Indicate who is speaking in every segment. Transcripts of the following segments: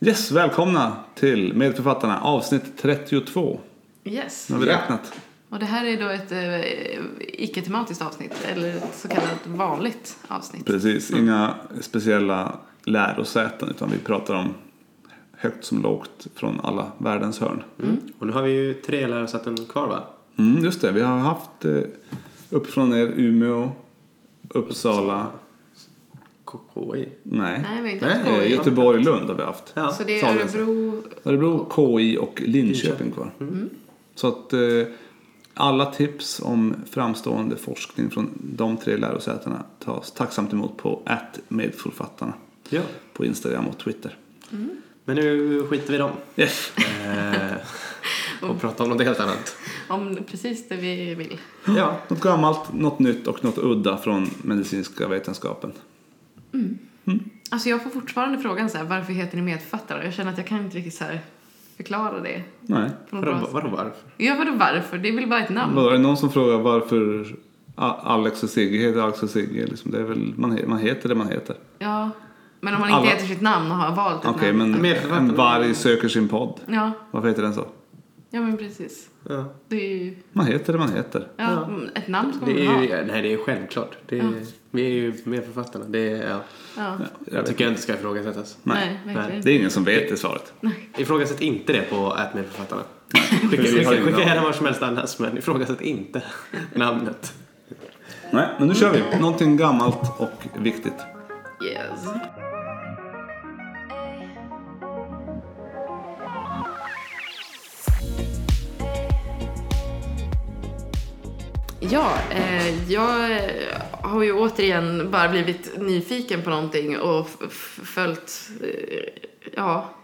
Speaker 1: Yes, välkomna till Medförfattarna avsnitt 32.
Speaker 2: Yes.
Speaker 1: Nu har vi
Speaker 3: Ja.
Speaker 1: räknat.
Speaker 2: Och det här är då ett eh, icke-tematiskt avsnitt, eller ett så kallat vanligt avsnitt.
Speaker 1: Precis, inga speciella lärosäten utan vi pratar om högt som lågt från alla världens hörn.
Speaker 3: Och nu har vi ju tre lärosäten kvar va?
Speaker 1: Mm, just det, vi har haft eh, uppifrån er Umeå, Uppsala,
Speaker 3: KKI.
Speaker 1: nej,
Speaker 2: Nej, vi har inte
Speaker 3: Nej,
Speaker 2: haft
Speaker 1: eh,
Speaker 2: KI.
Speaker 1: Göteborg, Lund har vi haft.
Speaker 3: Ja.
Speaker 2: Så det är
Speaker 1: Sahlgrenska.
Speaker 2: Örebro.
Speaker 1: Örebro, KI och Linköping kvar. Så att eh, alla tips om framstående forskning från de tre lärosätena tas tacksamt emot på medförfattarna
Speaker 3: Ja.
Speaker 1: på Instagram och Twitter.
Speaker 3: Men nu skiter vi i dem.
Speaker 1: Yes.
Speaker 3: Eh, och pratar om något helt annat.
Speaker 2: Om precis det vi vill.
Speaker 3: Ja.
Speaker 1: Något gammalt, något nytt och något udda från medicinska vetenskapen.
Speaker 2: Alltså jag får fortfarande frågan så här, varför heter ni medförfattare? Jag känner att jag kan inte riktigt så här förklara det.
Speaker 1: Nej.
Speaker 2: På något bra
Speaker 3: Vadå,
Speaker 2: sätt.
Speaker 3: vadå varför?
Speaker 2: Ja, vadå varför? Det är väl bara ett namn?
Speaker 1: Var det någon som frågar varför A- Alex och Sigge heter Alex och Sigge? Liksom, det är väl, man, he- man heter det man heter.
Speaker 2: Ja. Men om man inte
Speaker 1: Alla-
Speaker 2: heter sitt namn och har valt ett
Speaker 1: Okej,
Speaker 2: namn.
Speaker 1: men
Speaker 3: Medförfattarna.
Speaker 1: en varg söker sin podd.
Speaker 2: Ja,
Speaker 1: Varför heter den så?
Speaker 2: ja men precis.
Speaker 3: Ja.
Speaker 2: Det är ju...
Speaker 1: Man heter det man heter.
Speaker 2: Ja,
Speaker 3: Ja.
Speaker 2: mm, ett namn ska man
Speaker 3: Det är
Speaker 2: ha.
Speaker 3: ju, nej, det är självklart. Det är, Vi är ju med författarna. Det är, ja.
Speaker 2: Ja.
Speaker 1: Ja, jag
Speaker 3: Jag
Speaker 1: vet.
Speaker 3: tycker jag inte ska ifrågasättas.
Speaker 2: Nej, verkligen
Speaker 3: Nej.
Speaker 1: Det är ingen som vet det svaret.
Speaker 3: Ifrågasätt inte det på att med författarna. Skicka,
Speaker 1: precis.
Speaker 3: skicka, skicka gärna var som helst annars men ifrågasätt inte namnet.
Speaker 1: Nej, men nu kör vi. Någonting gammalt och viktigt.
Speaker 2: Yes. Ja, eh, jag har ju återigen bara blivit nyfiken på någonting och f- f- följt eh, ja,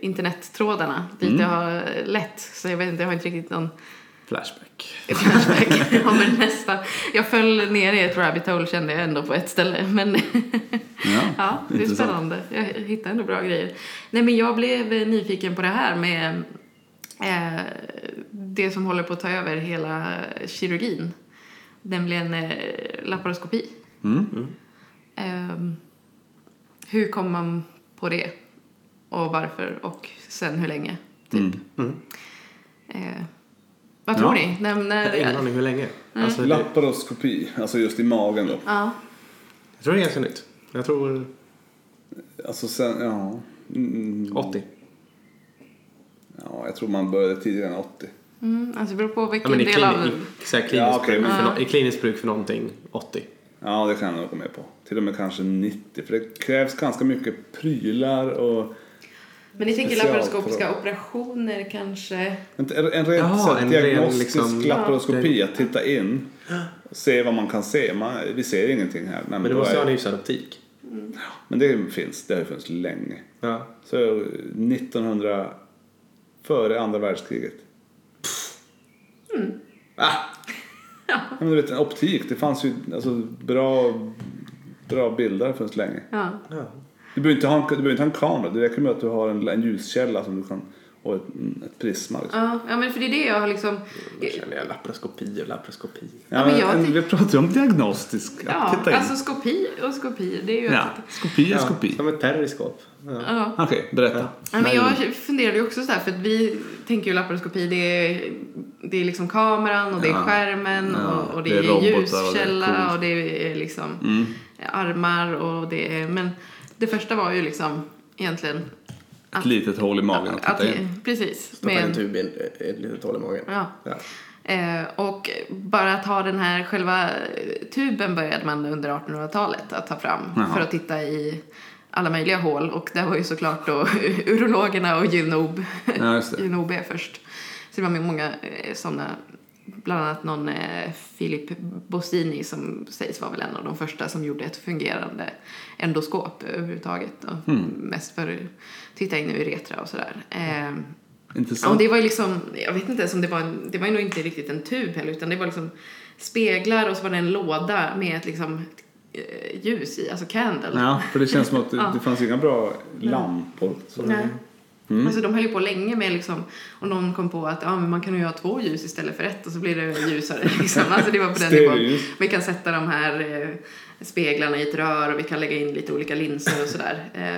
Speaker 2: internettrådarna dit det har lett. Så jag vet inte, jag har inte riktigt någon
Speaker 3: Flashback.
Speaker 2: Flashback. ja, men nästan. Jag föll ner i ett rabbit hole kände jag ändå på ett ställe. Men
Speaker 1: Ja,
Speaker 2: ja, det är
Speaker 1: intressant.
Speaker 2: spännande. Jag hittar ändå bra grejer. Nej, men jag blev eh, nyfiken på det här med eh, det som håller på att ta över hela kirurgin. Nämligen eh, laparoskopi.
Speaker 3: Mm.
Speaker 2: Ehm, hur kom man på det? Och varför? Och sen hur länge? Typ.
Speaker 3: Mm.
Speaker 2: Eh, vad tror
Speaker 1: Ja.
Speaker 2: ni? eh, När, när,
Speaker 3: Jag har ingen aning hur länge. Alltså, det,
Speaker 1: Laparoskopi, alltså just i magen då.
Speaker 2: Ja,
Speaker 3: jag tror det är ganska nytt. Jag tror
Speaker 1: Alltså sen, ja. Mm,
Speaker 3: 80.
Speaker 1: ja, jag tror man började tidigare än 80.
Speaker 2: mm, alltså det beror på
Speaker 3: Ja,
Speaker 2: vilken
Speaker 3: men i,
Speaker 2: del
Speaker 3: klin,
Speaker 2: av...
Speaker 3: i, så här, kliniskt,
Speaker 1: Ja, okej,
Speaker 3: bruk
Speaker 1: men-
Speaker 3: för, no, i kliniskt bruk för någonting 80.
Speaker 1: Ja, det kan jag nog gå med på. Till och med kanske 90, för det krävs ganska mycket prylar och...
Speaker 2: Men ni tänker
Speaker 1: Special-
Speaker 2: laparoskopiska operationer kanske?
Speaker 1: En, en ren
Speaker 3: Jaha,
Speaker 1: så här
Speaker 3: en ren,
Speaker 1: diagnostisk
Speaker 3: liksom-
Speaker 1: laparoskopi, att titta in. Se vad man kan se. Man, vi ser ingenting här. Nej, men,
Speaker 3: Men du
Speaker 1: då
Speaker 3: måste
Speaker 1: är,
Speaker 3: ha en hyfsad optik.
Speaker 1: men det finns, det har ju funnits länge.
Speaker 3: Ja.
Speaker 1: Så 1900, före andra världskriget.
Speaker 2: Mm.
Speaker 1: Ah. Ja, men du vet, en optik, det fanns ju alltså, bra, bra bilder för så länge.
Speaker 2: Ja.
Speaker 1: Du behöver inte ha en, du behöver inte ha en kamera, det räcker med att du har en, en ljuskälla som du kan, och ett, ett prisma. Liksom.
Speaker 2: Ja, ja, men för det är det jag har liksom...
Speaker 3: Då känner jag laparoskopi och laparoskopi.
Speaker 1: Ja,
Speaker 2: men
Speaker 1: men,
Speaker 2: jag
Speaker 1: en-
Speaker 2: tyck-
Speaker 1: vi pratar ju om diagnostisk, att
Speaker 2: Ja,
Speaker 1: titta in.
Speaker 2: alltså skopi och skopi, det är ju...
Speaker 1: ja. Skopi är
Speaker 3: Ja,
Speaker 1: skopi.
Speaker 3: Som ett periskop. Ja.
Speaker 2: Ja.
Speaker 1: Okej, berätta.
Speaker 2: Ja, men jag funderade ju också så här, för att vi tänker ju laparoskopi, det är, det är liksom kameran och det är
Speaker 1: Ja.
Speaker 2: skärmen
Speaker 1: Ja,
Speaker 2: och, och det,
Speaker 1: det är
Speaker 2: är,
Speaker 1: robotar och det är
Speaker 2: ljuskälla
Speaker 1: coolt. Mm.
Speaker 2: och det är, liksom armar och det är, men det första var ju liksom egentligen
Speaker 1: Ett litet hål i magen att titta in. typ
Speaker 2: precis.
Speaker 3: Stoppa
Speaker 2: med-
Speaker 3: en tub i en- ett litet hål i magen.
Speaker 2: Ja.
Speaker 3: Ja.
Speaker 2: Eh, och bara att ha den här själva eh, tuben började man under 1800-talet att ta fram
Speaker 1: Jaha.
Speaker 2: för att titta i alla möjliga hål och där var ju såklart då urologerna och gynob,
Speaker 1: Ja, just det.
Speaker 2: gynob först. Så det var många eh, sådana, bland annat någon eh, Philip Bossini som sägs vara väl en av de första som gjorde ett fungerande endoskop överhuvudtaget. Och
Speaker 1: Hmm.
Speaker 2: Mest för att titta in i uretra och sådär. Eh, Ja, och
Speaker 1: Intressant.
Speaker 2: det var ju liksom, jag vet inte ens om det var en, det var ju nog inte riktigt en tub heller utan det var liksom speglar och så var det en låda med ett liksom eh, ljus i, alltså candle.
Speaker 1: Ja, för det känns som att det,
Speaker 2: Ja.
Speaker 1: det fanns inga bra lampor. Så.
Speaker 2: Nej. Alltså de höll ju på länge med liksom, och någon kom på att ja, men man kan ju ha två ljus istället för ett och så blir det ljusare liksom. Alltså det var på den nivån.
Speaker 1: Stereoljus.
Speaker 2: Vi kan sätta de här eh, speglarna i ett rör och vi kan lägga in lite olika linser och sådär. Eh,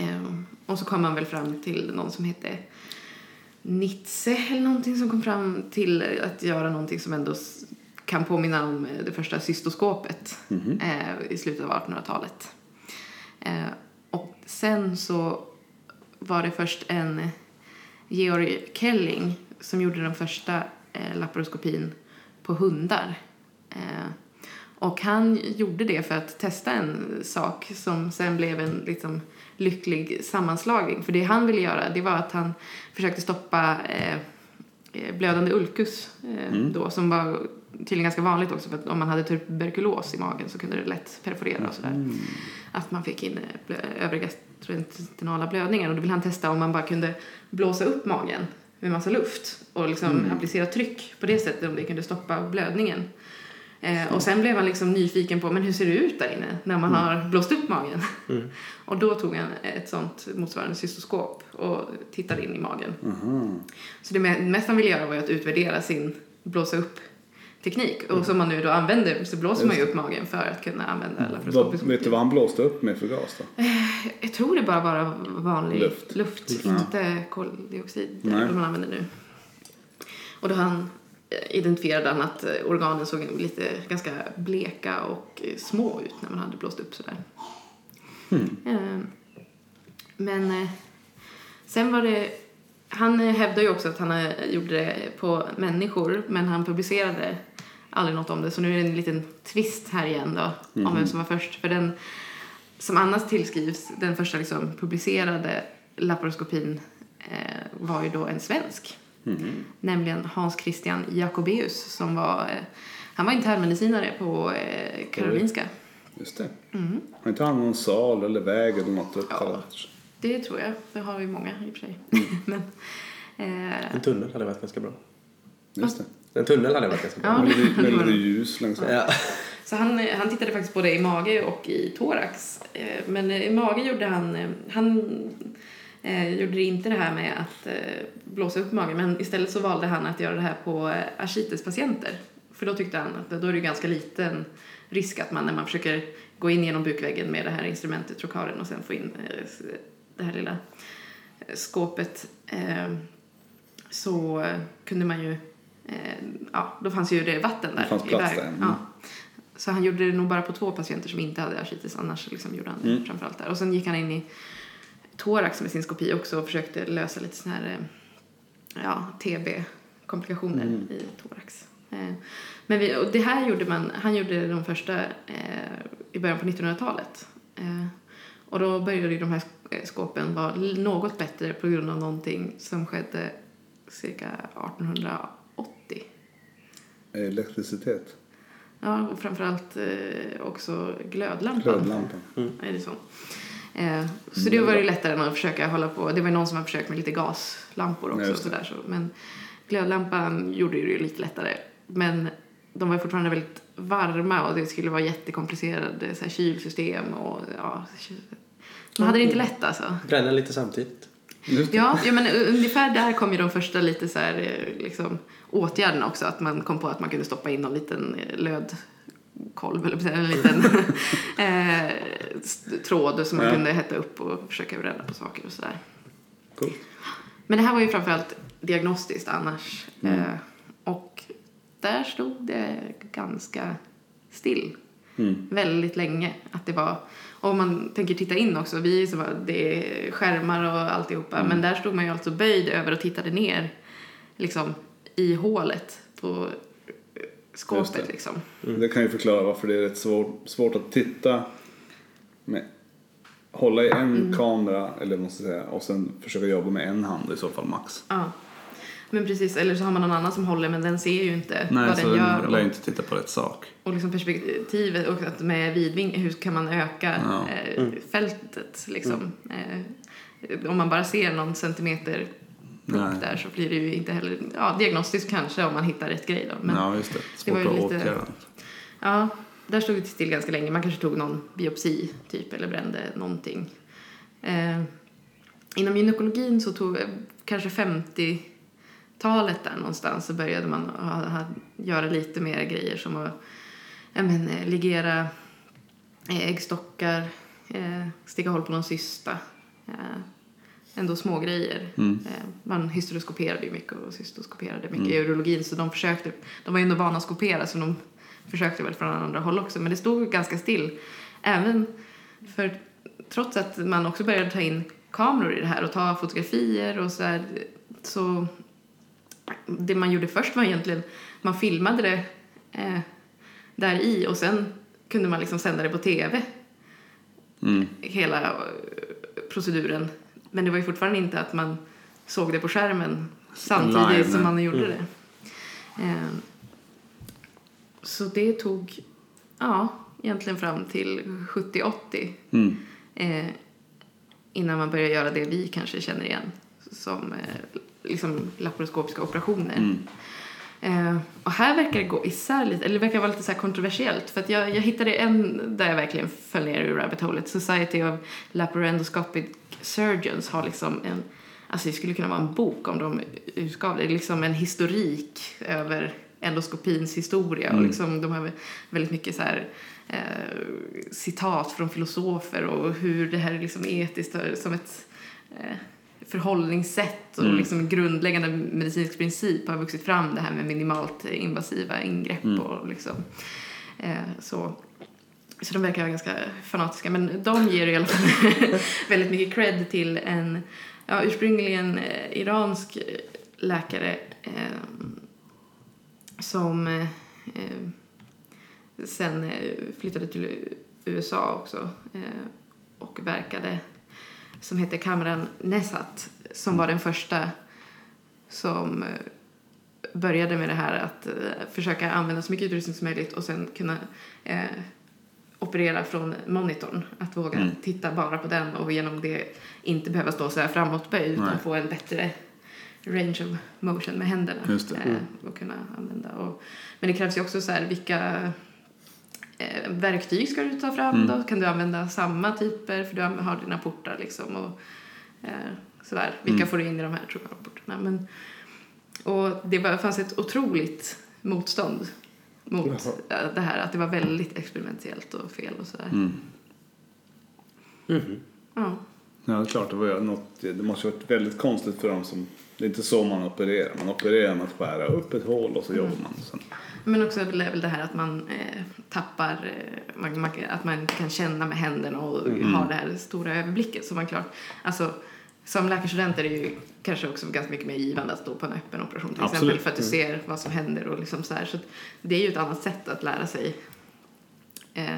Speaker 2: eh, Och så kom man väl fram till någon som hette Nietzsche eller någonting som kom fram till att göra någonting som ändå s- kan påminna om eh, det första cystoskopet eh, i slutet av 1800-talet. Eh, och sen så var det först en Georg Kelling som gjorde den första eh, laparoskopin på hundar. Eh, och han gjorde det för att testa en sak som sen blev en liksom lycklig sammanslagning. För det han ville göra det var att han försökte stoppa eh, eh, blödande ulkus eh, då som var tydligen ganska vanligt också för att om man hade tuberkulos i magen så kunde det lätt perforera och sådär. Att man fick in eh, blö- övriga gastrointestinala blödningar och då ville han testa om man bara kunde blåsa upp magen med massa luft och liksom applicera tryck på det sättet om det kunde stoppa blödningen. Eh, och sen blev han liksom nyfiken på men hur ser det ut där inne när man har blåst upp magen. och då tog han ett sånt motsvarande cystoskop och tittade in i magen.
Speaker 1: Mhm.
Speaker 2: Så det me- mest han ville göra var ju att utvärdera sin blåsa upp teknik och som man nu då använder så blåser man ju upp magen för att kunna använda
Speaker 1: Vad,
Speaker 2: laparoskopisk
Speaker 1: vet du Mm. vad han blåste upp med för gas då?
Speaker 2: jag tror det bara var vanlig
Speaker 1: Luft.
Speaker 2: luft, inte koldioxid
Speaker 1: Nej.
Speaker 2: som man använder nu. Och då han eh, identifierade han att eh, organen såg lite ganska bleka och eh, små ut när man hade blåst upp sådär. Eh, Men eh, sen var det... Han eh, hävdar ju också att han eh, gjorde det på människor men han publicerade aldrig något om det så nu är det en liten twist här igen då om vem som var först. För den som annars tillskrivs den första liksom, publicerade laparoskopin eh, var ju då en svensk. Nämligen Hans Christian Jacobeus som var, eh, han var internmedicinare på eh, Karolinska.
Speaker 1: Just det.
Speaker 2: Mm.
Speaker 1: Har inte han någon sal eller väg eller något uppkallat?
Speaker 2: Det tror jag, det har vi många i och för sig. Men, eh,
Speaker 3: En tunnel hade varit ganska bra.
Speaker 1: Just det.
Speaker 3: En tunnel hade varit ganska bra.
Speaker 2: ja,
Speaker 1: Med lite, med
Speaker 2: det var
Speaker 1: lite
Speaker 2: det.
Speaker 1: ljus längs vägen.
Speaker 3: Ja.
Speaker 2: Så han, eh, han tittade faktiskt både i mage och i thorax. Eh, Men eh, i mage gjorde han... eh, Han eh, gjorde inte det här med att eh, blåsa upp magen men istället så valde han att göra det här på eh, ascitespatienter. För då tyckte han att då är det ju ganska liten risk att man när man försöker gå in genom bukväggen med det här instrumentet, trokaren, och sen få in eh, s- det här lilla eh, skåpet eh, så eh, kunde man ju... eh, Ja, då fanns ju det vatten där.
Speaker 1: Det fanns
Speaker 2: i
Speaker 1: plats
Speaker 2: väg.
Speaker 1: där, mm.
Speaker 2: Ja. Så han gjorde det nog bara på två patienter som inte hade ascites, annars liksom gjorde han det framförallt där. Och sen gick han in i thorax med sin skopi också och försökte lösa lite sån här eh, ja, TB-komplikationer i thorax. Eh, Men vi, och det här gjorde man, han gjorde de första eh, i början på 1900-talet. Eh, och då började ju de här sk- eh, skåpen vara l- något bättre på grund av någonting som skedde cirka 1880.
Speaker 1: Eh, Elektricitet.
Speaker 2: Ja, och framförallt eh, också glödlampan.
Speaker 1: Glödlampan. Mm.
Speaker 2: Är det så? Eh, så det var ju lättare än att försöka hålla på. Det var ju någon som har försökt med lite gaslampor
Speaker 1: Ja,
Speaker 2: också. och
Speaker 1: just det.
Speaker 2: sådär, så. Men glödlampan gjorde ju det lite lättare. Men de var ju fortfarande väldigt varma och det skulle vara jättekomplicerade så här, kylsystem och ja. Man hade det inte lätt alltså.
Speaker 3: Bränna lite samtidigt.
Speaker 1: Just det.
Speaker 2: Ja, ja men eh, ungefär där kom ju de första lite så här, eh, liksom, åtgärderna också. Att man kom på att man kunde stoppa in någon liten eh, lödkolv eller en liten eh, s- tråd som man
Speaker 1: Ja.
Speaker 2: kunde hetta upp och försöka bränna på saker och sådär.
Speaker 1: Coolt.
Speaker 2: Men det här var ju framförallt diagnostiskt annars.
Speaker 1: Mm.
Speaker 2: Eh, och där stod det ganska still.
Speaker 1: Mm.
Speaker 2: Väldigt länge. Att det var, och om man tänker titta in också, vi så var det är skärmar och alltihopa.
Speaker 1: Mm.
Speaker 2: Men där stod man ju alltså böjd över och tittade ner liksom, i hålet på eh,
Speaker 1: Just det.
Speaker 2: skåpet. Liksom.
Speaker 1: Det kan ju förklara varför det är rätt svår, svårt att titta med hålla i en
Speaker 2: Mm.
Speaker 1: kamera eller vad man ska säga och sen försöka jobba med en hand i så fall max.
Speaker 2: Ja. Men precis, eller så har man någon annan som håller men den ser ju inte
Speaker 1: Nej,
Speaker 2: vad
Speaker 1: så
Speaker 2: den gör.
Speaker 1: den lär ju inte titta på rätt sak.
Speaker 2: och liksom perspektivet och att med vidving, hur kan man öka
Speaker 1: Ja. Mm.
Speaker 2: eh, fältet liksom. Eh, om man bara ser någon centimeter
Speaker 1: Nej.
Speaker 2: upp där så blir det ju inte heller, ja diagnostiskt kanske om man hittar rätt grej då. Men,
Speaker 1: ja, just det.
Speaker 2: det
Speaker 1: Svårt
Speaker 2: var ju
Speaker 1: att
Speaker 2: lite-
Speaker 1: åtgärda.
Speaker 2: Ja, där stod det still ganska länge. Man kanske tog någon biopsi typ eller brände någonting. Eh, inom gynekologin så tog eh, kanske 50-talet där någonstans så började man ha, ha, göra lite mer grejer som att ja, men, eh, ligera eh, äggstockar, eh, sticka hål på någon cysta. Eh, ändå små grejer. Eh, Man hysteroskoperade ju mycket och cystoskoperade mycket i urologin så de försökte, de var ju ändå vana att skopera så de försökte väl från andra håll också men det stod ganska still. Även för trots att man också började ta in kameror i det här och ta fotografier och så här, så det man gjorde först var egentligen man filmade det eh, där i och sen kunde man liksom sända det på tv
Speaker 1: Mm.
Speaker 2: hela eh, proceduren. Men det var ju fortfarande inte att man såg det på skärmen samtidigt
Speaker 1: Live,
Speaker 2: som
Speaker 1: nej. Mm.
Speaker 2: man gjorde det. Eh, Så det tog, ja, egentligen fram till 70-80
Speaker 1: Mm.
Speaker 2: eh, innan man börjar göra det vi kanske känner igen som eh, liksom laparoskopiska operationer. Eh, och här verkar det gå isär lite, eller det verkar vara lite så här kontroversiellt för att jag, jag hittade en där jag verkligen föll ner ur rabbit holet. Society of Laparendoscopic Surgeons har liksom en, alltså det skulle kunna vara en bok om de utgav det, liksom en historik över endoskopins historia och liksom de har väldigt mycket så här eh, citat från filosofer och hur det här är liksom etiskt eh, som ett eh, förhållningssätt och liksom en grundläggande medicinsk princip har vuxit fram det här med minimalt invasiva ingrepp och liksom eh, så. Så de verkar vara ganska fanatiska men de ger i alla fall väldigt mycket cred till en ja, ursprungligen eh, iransk läkare eh, som eh, eh, sen eh, flyttade till USA också eh, och verkade som hette Kamran Nesat som var den första som eh, började med det här att eh, försöka använda så mycket utrustning som möjligt och sen kunna eh, operera från monitorn. Att våga
Speaker 1: Mm.
Speaker 2: titta bara på den och genom det inte behöva stå så här framåtböjd utan
Speaker 1: Nej.
Speaker 2: få en bättre range of motion med händerna
Speaker 1: Just det.
Speaker 2: eh, och kunna använda. Och, men det krävs ju också så här vilka eh, verktyg ska du ta fram
Speaker 1: Mm.
Speaker 2: då? Kan du använda samma typer för du an- har dina portar liksom och eh, sådär. Vilka
Speaker 1: Mm.
Speaker 2: får du in i de här tror jag, portarna? Men, och det var, fanns ett otroligt motstånd mot eh, det här att det var väldigt experimentellt och fel och sådär. Ja.
Speaker 1: Ja, det är klart. Det, var ju något, det måste ju varit väldigt konstigt för dem som... Det är inte så man opererar. Man opererar med att skära upp ett hål och så jobbar man. Sen.
Speaker 2: Men också väl, väl det här att man eh, tappar, eh, man, man, att man inte kan känna med händerna och
Speaker 1: Mm.
Speaker 2: ha det här stora överblicket som man klart, alltså som läkarstudent är det ju kanske också ganska mycket mer givande att stå på en öppen operation till exempel
Speaker 1: Absolut. Mm.
Speaker 2: för att du ser vad som händer och liksom så här. Så att det är ju ett annat sätt att lära sig eh,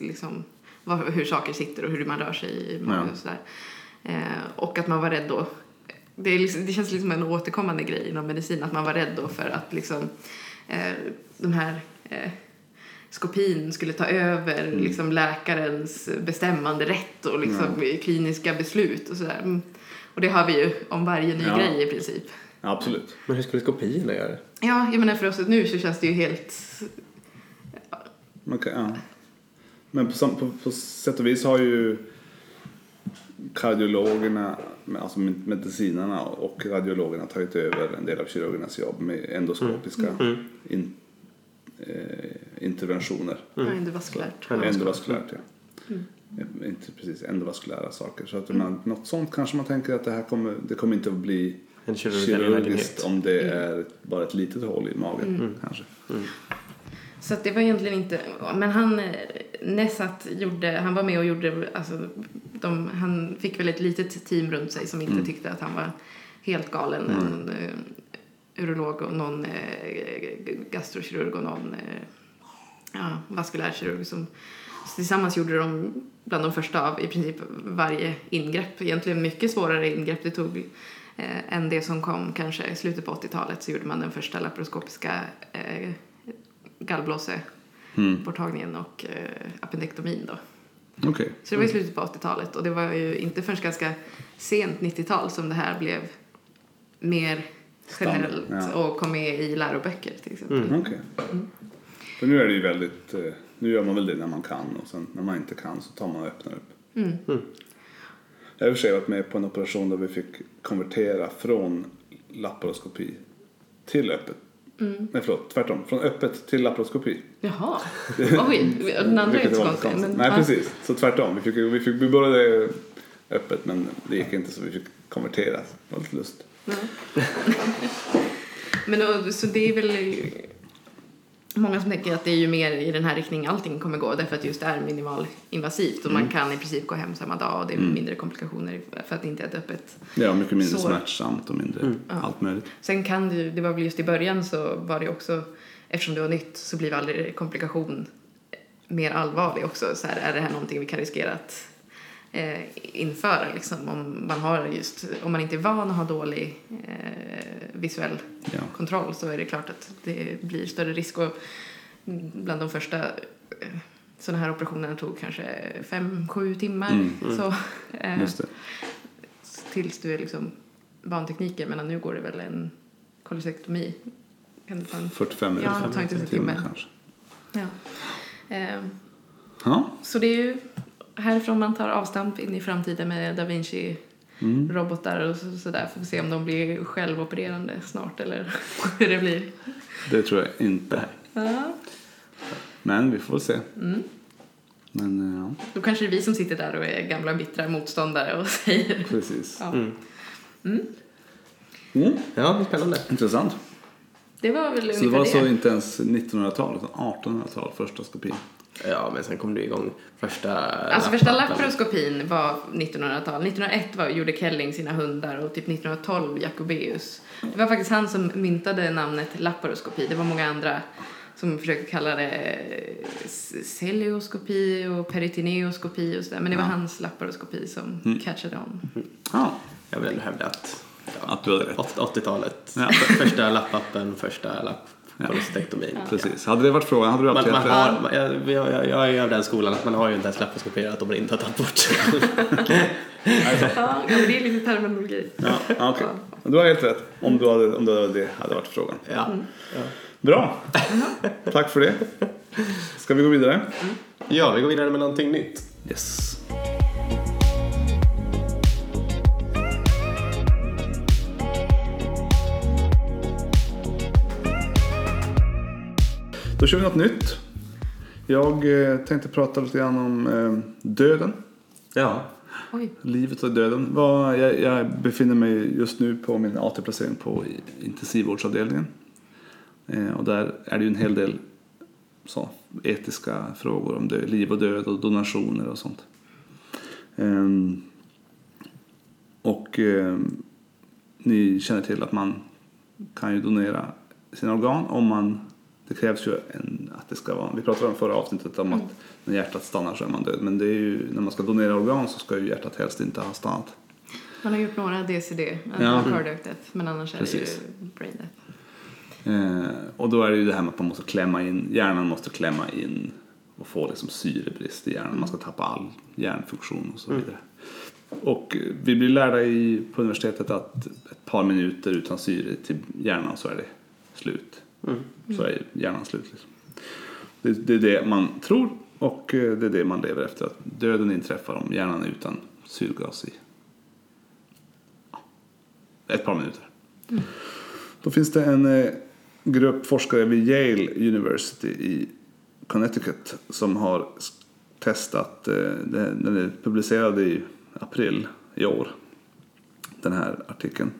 Speaker 2: liksom, vad, hur saker sitter och hur man rör sig i magen
Speaker 1: Ja.
Speaker 2: och sådär. Eh, och att man var rädd då. Det, är liksom, det känns liksom en återkommande grej inom medicin att man var rädd då för att liksom eh, de här eh, skopin skulle ta över liksom läkarens bestämmande rätt och liksom kliniska beslut och sådär. Mm. Och det har vi ju om varje ny
Speaker 1: Ja.
Speaker 2: grej i princip.
Speaker 1: Ja, absolut.
Speaker 3: Men hur skulle skopierna göra det?
Speaker 2: Ja, jag menar för oss nu så känns det ju helt
Speaker 1: Man kan, ja. Men på, sam- på, på sätt och vis har ju kardiologerna, men alltså med- medicinarna och radiologerna tagit över en del av kirurgernas jobb med endoskopiska
Speaker 2: Mm.
Speaker 1: In, eh, interventioner.
Speaker 2: ja, endovaskulärt.
Speaker 3: Men-
Speaker 1: Endovaskulärt, ja. Eh, Inte precis endovaskulära saker. Så att man, något sånt kanske man tänker att det här kommer, det kommer inte att bli
Speaker 3: En kirurgisk
Speaker 1: kirurgiskt
Speaker 3: angelägenhet.
Speaker 1: om det är bara ett litet hål i magen kanske.
Speaker 2: Så att det var egentligen inte, men han eh, Nessat gjorde, han var med och gjorde, alltså, de, han fick väl ett litet team runt sig som inte tyckte att han var helt galen. En eh, urolog och någon eh, gastrokirurg och någon eh, ja, vaskulär kirurg som så tillsammans gjorde de bland de första av i princip varje ingrepp. Egentligen mycket svårare ingrepp. Det tog eh, än det som kom kanske i slutet på 80-talet så gjorde man den första laparoskopiska eh,
Speaker 1: Mm.
Speaker 2: gallblåseborttagningen och eh, appendektomin då.
Speaker 1: Okej.
Speaker 2: Så det
Speaker 1: Mm.
Speaker 2: var i slutet på 80-talet och det var ju inte förrän ganska sent 90-tal som det här blev mer
Speaker 1: Standard,
Speaker 2: generellt
Speaker 1: ja.
Speaker 2: och kom med i läroböcker till exempel.
Speaker 1: Okej. För nu är det ju väldigt, eh, nu gör man väl det när man kan och sen när man inte kan så tar man och öppnar upp.
Speaker 3: Mm.
Speaker 1: Jag har i och för sig varit med på en operation där vi fick konvertera från laparoskopi till öppet. Nej förlåt, tvärtom. Från öppet till laparoskopi.
Speaker 2: Jaha, oj, den andra är
Speaker 1: Vilket
Speaker 2: inte så
Speaker 1: var lite
Speaker 2: konstig. men-
Speaker 1: Nej
Speaker 2: ja.
Speaker 1: precis, så tvärtom. Vi, fick, vi, fick, vi började öppet men det gick inte så vi fick konvertera. Det var lite lust.
Speaker 2: Men då, så det är väl många som tänker att det är ju mer i den här riktningen allting kommer gå därför att just det är
Speaker 1: Mm.
Speaker 2: minimalinvasivt och man kan i princip gå hem samma dag och det är mindre komplikationer för att det inte är ett öppet
Speaker 1: Ja, mycket mindre
Speaker 2: Så-
Speaker 1: smärtsamt och mindre
Speaker 2: Mm.
Speaker 1: allt möjligt.
Speaker 2: Sen kan det ju, det var väl just i början så var det också, eftersom det var nytt så blir varje komplikation mer allvarlig också. Så här, är det här någonting vi kan riskera att eh, införa liksom? Om man har just, om man inte är van att ha dålig eh, visuell
Speaker 1: Ja.
Speaker 2: kontroll så är det klart att det blir större risk. Och bland de första eh, sådana här operationerna tog kanske fem, sju timmar. Så, eh,
Speaker 1: Mm. Just det.
Speaker 2: tills du är liksom vantekniker. Men nu går det väl en kolosektomi. Kan det ta en...
Speaker 1: 45 minuter.
Speaker 2: Ja, det tar inte så
Speaker 1: en timme
Speaker 2: timme.
Speaker 1: kanske.
Speaker 2: ja. Ehm,
Speaker 1: Ja,
Speaker 2: så det är ju härifrån man tar avstamp in i framtiden med da
Speaker 1: Mm.
Speaker 2: Vinci-robotar och så- sådär. Får vi se om de blir självopererande snart eller hur det blir.
Speaker 1: det tror jag inte.
Speaker 2: Ja.
Speaker 1: Men vi får väl se.
Speaker 2: Mm.
Speaker 1: Men eh, ja,
Speaker 2: Då kanske det är vi som sitter där och är gamla bittra motståndare och säger
Speaker 1: precis.
Speaker 2: ja.
Speaker 1: Mm.
Speaker 3: Ja, spännande.
Speaker 1: Intressant.
Speaker 2: Det var väl
Speaker 1: Så det var
Speaker 2: ungefär
Speaker 1: så
Speaker 2: det.
Speaker 1: inte ens 1900-tal utan 1800-tal första skopin.
Speaker 3: Ja, men sen kom du igång första...
Speaker 2: Alltså första
Speaker 3: lappmattan.
Speaker 2: laparoskopin var 1900-tal. 1901 var, gjorde Kelling sina hundar och typ 1912 Jacobeus. Det var faktiskt han som myntade namnet laparoskopi. Det var många andra som försökte kalla det eh, s- celioskopi och peritoneoskopi och sådär. Men det var hans laparoskopi som catchade on.
Speaker 1: Ja,
Speaker 3: Jag vill ändå hävda att
Speaker 1: att du hade rätt.
Speaker 3: 80-talet.
Speaker 1: Ja.
Speaker 3: F- Första lappappen, första lapp kolostektomin.
Speaker 1: Precis. Hade det varit frågan hade du
Speaker 3: Man,
Speaker 1: haft
Speaker 3: man
Speaker 1: rätt.
Speaker 3: har, man, jag, jag, jag är ju av den skolan att man har ju inte ens laparoskoperat om man inte har tagit bort.
Speaker 2: Ja, men det är lite terminologi.
Speaker 1: Ja, ja, okej. Du har helt rätt. Om, du hade, om du hade, det hade varit frågan.
Speaker 3: ja.
Speaker 1: Bra. Tack för det. Ska vi gå vidare?
Speaker 3: ja, vi går vidare med någonting nytt.
Speaker 1: Yes. Då kör vi något nytt. Jag eh, tänkte prata lite grann om eh, döden.
Speaker 3: Ja.
Speaker 2: Oj.
Speaker 1: Livet och döden. Vad- Jag, jag befinner mig just nu på min AT-placering på i- intensivvårdsavdelningen. Eh, och där är det ju en hel del så, etiska frågor om dö- liv och död och donationer och sånt. Ehm, och ehm, ni känner till att man kan ju donera sina organ om man det krävs ju en, att det ska vara, vi pratade om förra avsnittet om att när hjärtat stannar så är man död. Men det är ju, när man ska donera organ så ska ju hjärtat helst inte ha stannat.
Speaker 2: Man har gjort några DCD,
Speaker 1: Ja.
Speaker 2: ja. Mm. cardiac death, eh, men annars är
Speaker 1: Precis.
Speaker 2: det ju brain death.
Speaker 1: Eh, och då är det ju det här med att man måste klämma in, hjärnan måste klämma in och få liksom syrebrist i hjärnan. Man ska tappa all hjärnfunktion och så vidare. Och eh, vi blir lärda i, på universitetet att ett par minuter utan syre till hjärnan så är det slut.
Speaker 3: Mm.
Speaker 1: Så är hjärnan slut liksom. Det, det är det man tror och eh, det är det man lever efter. Att döden inträffar om hjärnan är utan syrgas i ja, ett par minuter. Då finns det en eh, grupp forskare vid Yale University i Connecticut som har s- testat, eh, det- den är publicerad i april i år, den här artikeln.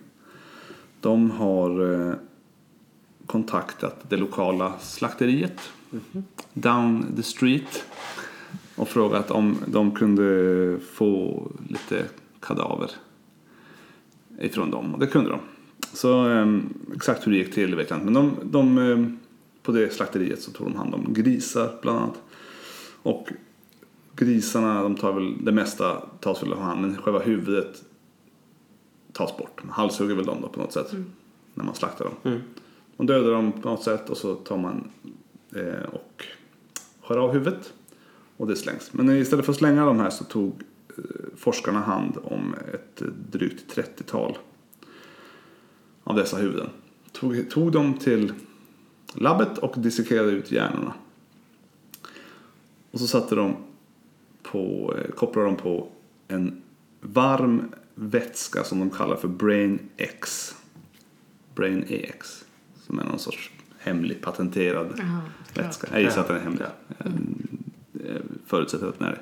Speaker 1: De har eh, kontaktat det lokala slakteriet down the street och frågat om de kunde få lite kadaver ifrån dem och det kunde de. Så ehm, exakt hur det gick till vet jag inte men de, de, ehm, på det slakteriet så tog de hand om grisar bland annat. Och grisarna, de tar väl, det mesta tas väl om hand men själva huvudet tas bort. Man halshugger väl dem då på något sätt när man slaktar dem. Man dödar dem på något sätt och så tar man eh, och skär av huvudet och det slängs. Men istället för att slänga de här så tog eh, forskarna hand om ett eh, drygt 30-tal av dessa huvuden. Tog, tog dem till labbet och dissekerade ut hjärnorna. Och så satte de på, eh, kopplade de på en varm vätska som de kallar för Brain X. Brain EX. Som är någon sorts hemlig patenterad
Speaker 2: Jaha, klart.
Speaker 1: Mm. Eh, vätska. Jag gissar att den är hemlig. Jag förutsätter att den är det.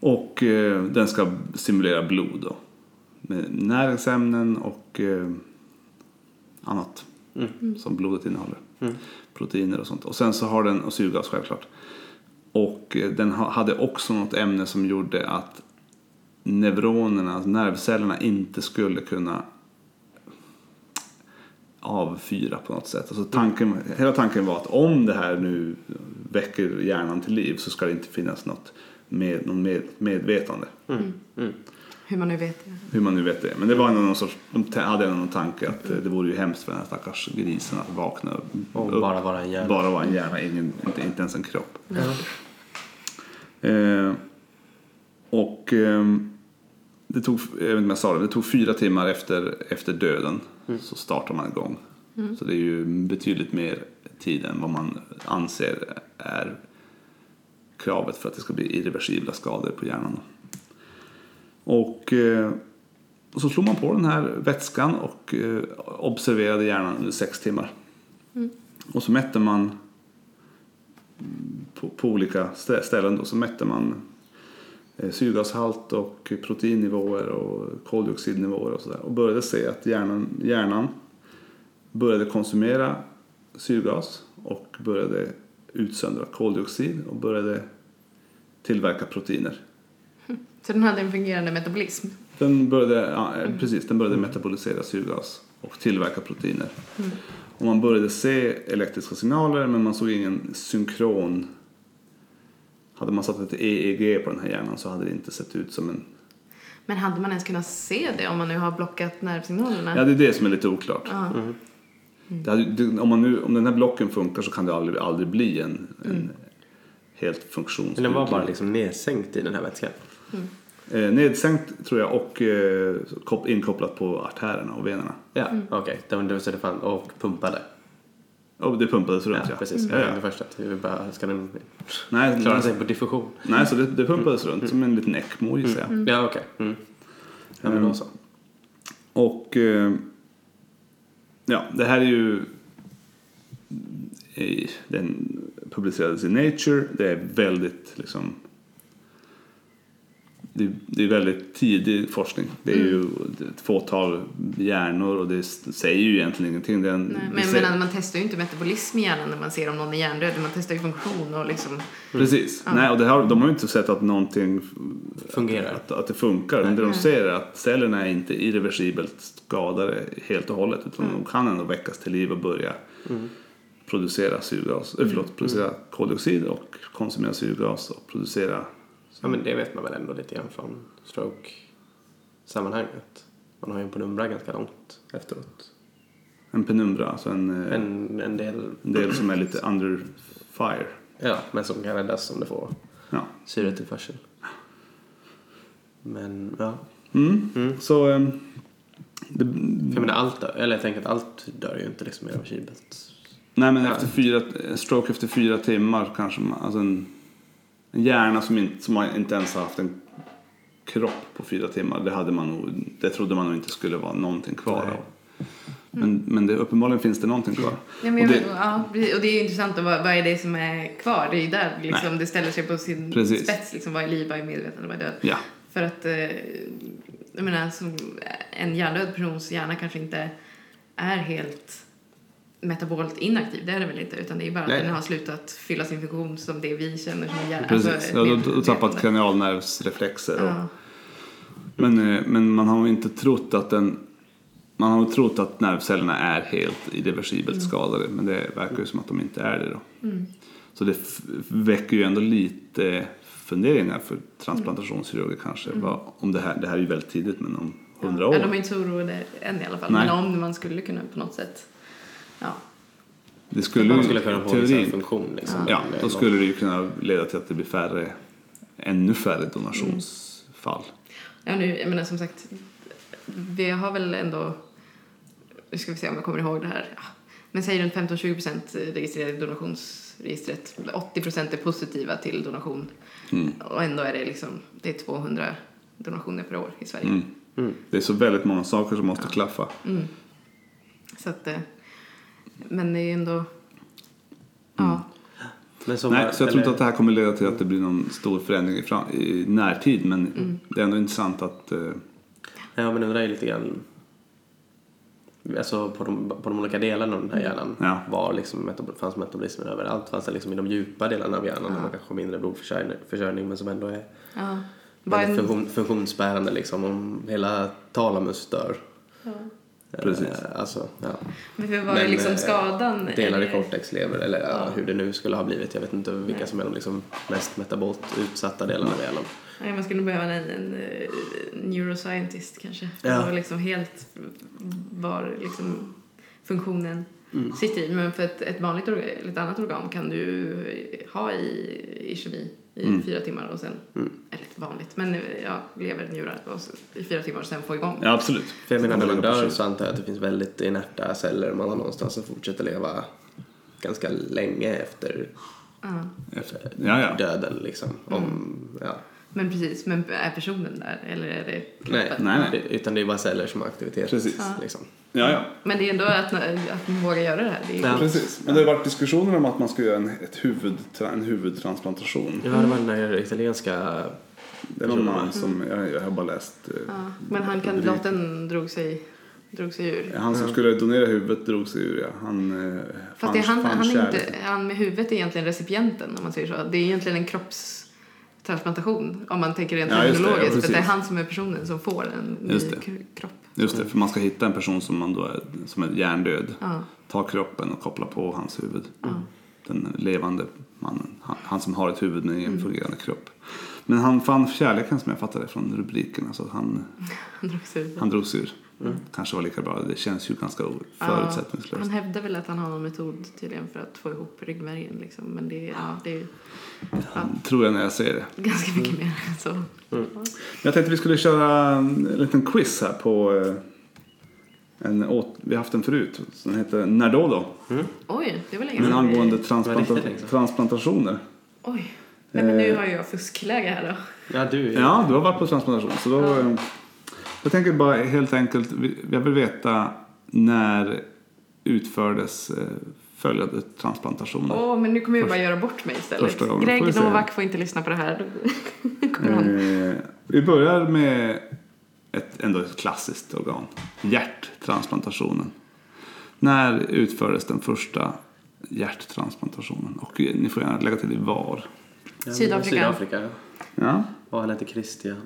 Speaker 1: Och eh, den ska stimulera blod då. Med näringsämnen och eh, annat som blodet innehåller. Proteiner och sånt. Och sen så har den, och syrgas självklart. Och eh, den ha- hade också något ämne som gjorde att neuronerna, alltså nervcellerna inte skulle kunna avfyra på något sätt. Alltså tanken, Hela tanken var att om det här nu väcker hjärnan till liv så ska det inte finnas något med, någon med, medvetande.
Speaker 2: Hur man nu vet det.
Speaker 1: Hur man nu vet det. Men det var ändå någon sorts, de t- hade ändå någon tanke att eh, det vore ju hemskt för den här stackars grisen att vakna
Speaker 3: Och
Speaker 1: upp.
Speaker 3: bara vara en hjärna.
Speaker 1: Bara vara en hjärna, ingen, inte, inte ens en kropp. Eh, och ehm, det tog, jag vet inte om jag sa det, det tog fyra timmar efter, efter döden så startar man igång. Så det är ju betydligt mer tid än vad man anser är kravet för att det ska bli irreversibla skador på hjärnan. Och eh, så slog man på den här vätskan och eh, observerade hjärnan under sex timmar. Och så mätte man på, på olika stä- ställen då, så mätte man eh, syrgashalt och proteinnivåer och koldioxidnivåer och sådär. Och började se att hjärnan, hjärnan började konsumera syrgas och började utsöndra koldioxid och började tillverka proteiner.
Speaker 2: Så den hade en fungerande metabolism.
Speaker 1: Den började, ja, eh, precis, den började metabolisera syrgas och tillverka proteiner. Och man började se elektriska signaler men man såg ingen synkron. Hade man satt ett EEG på den här hjärnan så hade det inte sett ut som en...
Speaker 2: Men hade man ens kunnat se det om man nu har blockat nervsignalerna?
Speaker 1: Ja, det är det som är lite oklart.
Speaker 3: Mm.
Speaker 1: Det hade, det, om, man nu, om den här blocken funkar så kan det aldrig, aldrig bli en, en helt funktionsduglig...
Speaker 3: Men den var bara liksom nedsänkt i den här vätskan.
Speaker 1: eh, nedsänkt tror jag och eh, kop- inkopplat på artärerna och venerna.
Speaker 3: Ja, Mm. okej. Den var så det fann och pumpade.
Speaker 1: Och det pumpades runt
Speaker 3: Ja, precis.
Speaker 1: Ja,
Speaker 3: Det
Speaker 1: ja.
Speaker 3: första. att Vi bara, ska den
Speaker 1: Nej,
Speaker 3: klara sig på diffusion?
Speaker 1: Nej, så det, det pumpades runt som en liten ECMO gissar jag.
Speaker 3: Ja, okej. Mm. Ja, men då så.
Speaker 1: Och eh, ja, det här är ju i, den publicerades i Nature. Det är väldigt liksom det är, det är väldigt tidig forskning. Det är ju
Speaker 2: Mm.
Speaker 1: ett fåtal hjärnor och det s- säger ju egentligen ingenting. Det är en,
Speaker 2: Nej,
Speaker 1: det
Speaker 2: men,
Speaker 1: säger,
Speaker 2: men man testar ju inte metabolism i hjärnan när man ser om någon är hjärndöd. Man testar ju funktion och liksom...
Speaker 1: Mm. Precis. Nej, och det har, de har ju inte sett att någonting
Speaker 3: Fungerar.
Speaker 1: att, att det funkar. Men det de ser är att cellerna är inte irreversibelt skadade helt och hållet utan de kan ändå väckas till liv och börja Mm. producera syrgas, eh, förlåt, producera koldioxid och konsumera syrgas och producera
Speaker 3: Ja, men det vet man väl ändå lite grann från stroke-sammanhanget. Man har ju en penumbra ganska långt efteråt.
Speaker 1: en penumbra, alltså en, en.
Speaker 3: En, en del,
Speaker 1: en del som är lite under fire.
Speaker 3: ja, men som kan räddas om det får
Speaker 1: Ja.
Speaker 3: syretillförsel. Men, ja.
Speaker 1: Mm. Så eh, det,
Speaker 3: För jag menar, allt dör, eller jag tänker att allt dör ju inte liksom irreversibelt.
Speaker 1: nej men efter fyra, en stroke efter fyra timmar kanske man, alltså en, en hjärna som inte, som man inte ens har haft en kropp på fyra timmar. Det, hade man nog, det trodde man nog inte skulle vara någonting kvar
Speaker 3: Nej.
Speaker 1: av. Men, men det, uppenbarligen finns det någonting kvar.
Speaker 2: Ja, men
Speaker 1: Och
Speaker 2: jag
Speaker 1: det-
Speaker 2: det... Ja, precis. och det är ju intressant, och vad, vad är det som är kvar? Det är ju där liksom, det ställer sig på sin
Speaker 1: Precis.
Speaker 2: spets. Liksom, vad är liv, vad är medvetande, vad är död?
Speaker 1: ja,
Speaker 2: För att, eh, jag menar, som en hjärndöd persons hjärna kanske inte är helt metabolt inaktiv, det är det väl inte, utan det är bara
Speaker 3: Nej.
Speaker 2: att den har slutat fylla sin funktion som det vi känner som hjärna.
Speaker 1: precis. Ja, då, då tappat
Speaker 2: medvetande.
Speaker 1: kranialnervsreflexer. Och,
Speaker 2: Alltså, Ja.
Speaker 1: men, eh, men man har ju inte trott att den man har ju trott att nervcellerna är helt
Speaker 2: Mm.
Speaker 1: irreversibelt skadade men det verkar ju som att de inte är det då. Så det f- väcker ju ändå lite funderingar för transplantationskirurger kanske. Vad, om det, här, det här är ju väldigt tidigt men om hundra
Speaker 2: Mm. Ja,
Speaker 1: år.
Speaker 2: de är inte så oroade än i alla fall,
Speaker 1: Nej.
Speaker 2: men om man skulle kunna på något sätt, ja.
Speaker 1: Det skulle,
Speaker 3: Man skulle kunna få en sån här
Speaker 1: teorin,
Speaker 3: funktion liksom.
Speaker 1: Ja,
Speaker 3: Eller
Speaker 1: då
Speaker 3: något.
Speaker 1: skulle det ju kunna leda till att det blir färre, ännu färre donationsfall.
Speaker 2: Ja, nu, jag menar som sagt, vi har väl ändå, nu ska vi se om jag kommer ihåg det här, ja. men säg runt 15-20% registrerade i donationsregistret, 80% är positiva till donation och ändå är det liksom, det är 200 donationer per år i Sverige. Mm.
Speaker 1: Det är så väldigt många saker som måste klaffa.
Speaker 2: Så att, eh, men det är ju ändå, ja,
Speaker 3: Men som
Speaker 1: Nej,
Speaker 3: bara-
Speaker 1: så jag tror inte
Speaker 3: eller-
Speaker 1: att det här kommer leda till att det blir någon stor förändring i, fram- i närtid. Men
Speaker 2: Mm.
Speaker 1: det är ändå intressant att... eh,
Speaker 3: Ja, men undrar ju lite grann alltså på, de, på de olika delarna av den här hjärnan.
Speaker 1: Ja.
Speaker 3: Var liksom metab- fanns metabolismen överallt? Fanns det liksom i de djupa delarna av hjärnan där man kanske har mindre blodförsörjning försörjning, men som ändå är
Speaker 2: Ja. Bara
Speaker 3: väldigt
Speaker 2: en,
Speaker 3: funktion, funktionsbärande liksom om hela talamus dör.
Speaker 1: Precis.
Speaker 3: Eh, Alltså, ja.
Speaker 2: varför var det
Speaker 3: Men,
Speaker 2: liksom
Speaker 3: eh,
Speaker 2: skadan?
Speaker 3: Delar i
Speaker 2: eller-
Speaker 3: cortex lever eller ja. hur det nu skulle ha blivit. Jag vet inte vilka som är de liksom mest metabolt utsatta delarna av hjärnan.
Speaker 2: Nej, man skulle nog behöva en, en eh, neuroscientist kanske.
Speaker 3: Ja.
Speaker 2: Alltså liksom helt var liksom funktionen
Speaker 3: Mm.
Speaker 2: sitter i. Men för ett, ett vanligt organ, eller ett annat organ kan du ha i, i kemi i
Speaker 3: Mm.
Speaker 2: fyra timmar och sen, eller ett vanligt, men eh, ja, lever, njurar och så, i fyra timmar och sen få igång.
Speaker 1: Ja, absolut.
Speaker 3: För jag menar
Speaker 1: Sen
Speaker 3: när
Speaker 1: kan
Speaker 3: man
Speaker 1: lägga på
Speaker 3: dör
Speaker 1: kyl.
Speaker 3: så antar jag att det finns väldigt inerta celler man har någonstans som fortsätter leva ganska länge efter
Speaker 2: Ja.
Speaker 1: Efter. Ja, Mm. ja.
Speaker 3: döden liksom. Om, ja.
Speaker 2: Men precis, men är personen där eller är det
Speaker 3: nej,
Speaker 2: kroppen?
Speaker 1: Nej, nej.
Speaker 3: utan det är bara celler som har aktivitet.
Speaker 1: Precis.
Speaker 3: Liksom.
Speaker 1: Ja, ja.
Speaker 2: Men det är ändå att, att man vågar göra det här. Det är,
Speaker 3: Ja.
Speaker 1: Precis. Men det har varit diskussioner om att man ska göra en, ett huvud, en huvudtransplantation.
Speaker 3: Ja, det var den där italienska...
Speaker 1: Det är någon
Speaker 2: Mm.
Speaker 1: man som, jag, jag har bara läst. eh,
Speaker 2: ja. Men han kandidaten drog sig, drog sig ur.
Speaker 1: Han som skulle donera huvudet drog sig ur ja. Han eh,
Speaker 2: Fast det är han,
Speaker 1: fann
Speaker 2: han, är
Speaker 1: kärlek.
Speaker 2: inte, han med huvudet är egentligen recipienten om man säger så. Det är egentligen en kroppstransplantation om man tänker rent
Speaker 1: Ja, just det. Ja,
Speaker 2: biologiskt. för att det är
Speaker 1: precis.
Speaker 2: han som är personen som får en ny
Speaker 1: Just det.
Speaker 2: k- kropp.
Speaker 1: Just det, för man ska hitta en person som, man då är, som är hjärndöd.
Speaker 2: Ja.
Speaker 1: Ta kroppen och koppla på hans huvud. Den levande mannen. Han, han som har ett huvud men ingen fungerande kropp. Men han fann kärleken som jag fattade från rubrikerna så han,
Speaker 2: Han drog sig ur.
Speaker 1: han drogs ur. Kanske var lika bra, det känns ju ganska o-
Speaker 2: Ja,
Speaker 1: förutsättningslöst.
Speaker 2: han hävdar väl att han har någon metod tydligen för att få ihop ryggmärgen liksom. Men det, är- ja, det är
Speaker 1: Tror jag när jag säger det.
Speaker 2: ganska
Speaker 1: Mm.
Speaker 2: mycket mer än så.
Speaker 1: Jag tänkte vi skulle köra en liten quiz här på eh, en åt, vi har haft den förut. Den heter När då då?
Speaker 2: Oj, det var länge
Speaker 1: Men
Speaker 2: sedan vi-
Speaker 1: angående
Speaker 3: Det var
Speaker 1: transplanta-
Speaker 3: riktigt länge sedan.
Speaker 1: transplantationer.
Speaker 2: Oj. Nej, men nu
Speaker 1: Eh.
Speaker 2: har ju jag fuskläge här då.
Speaker 3: Ja, du.
Speaker 1: Ja, du har varit på transplantation. Så då, eh, jag tänker bara helt enkelt, vi- jag vill veta när utfördes eh, följande transplantationer.
Speaker 2: Åh, men nu kommer jag bara göra bort mig istället.
Speaker 1: första gången. Får vi
Speaker 2: Greg
Speaker 1: se.
Speaker 2: Novak får inte lyssna på det här. Då kommer han
Speaker 1: Eh, vi börjar med ett, ändå ett klassiskt organ, hjärttransplantationen. När utfördes den första hjärttransplantationen? Och eh, ni får gärna lägga till i var.
Speaker 3: Ja,
Speaker 2: Sydafrika.
Speaker 3: Sydafrika.
Speaker 1: Ja,
Speaker 3: Och han heter Christian.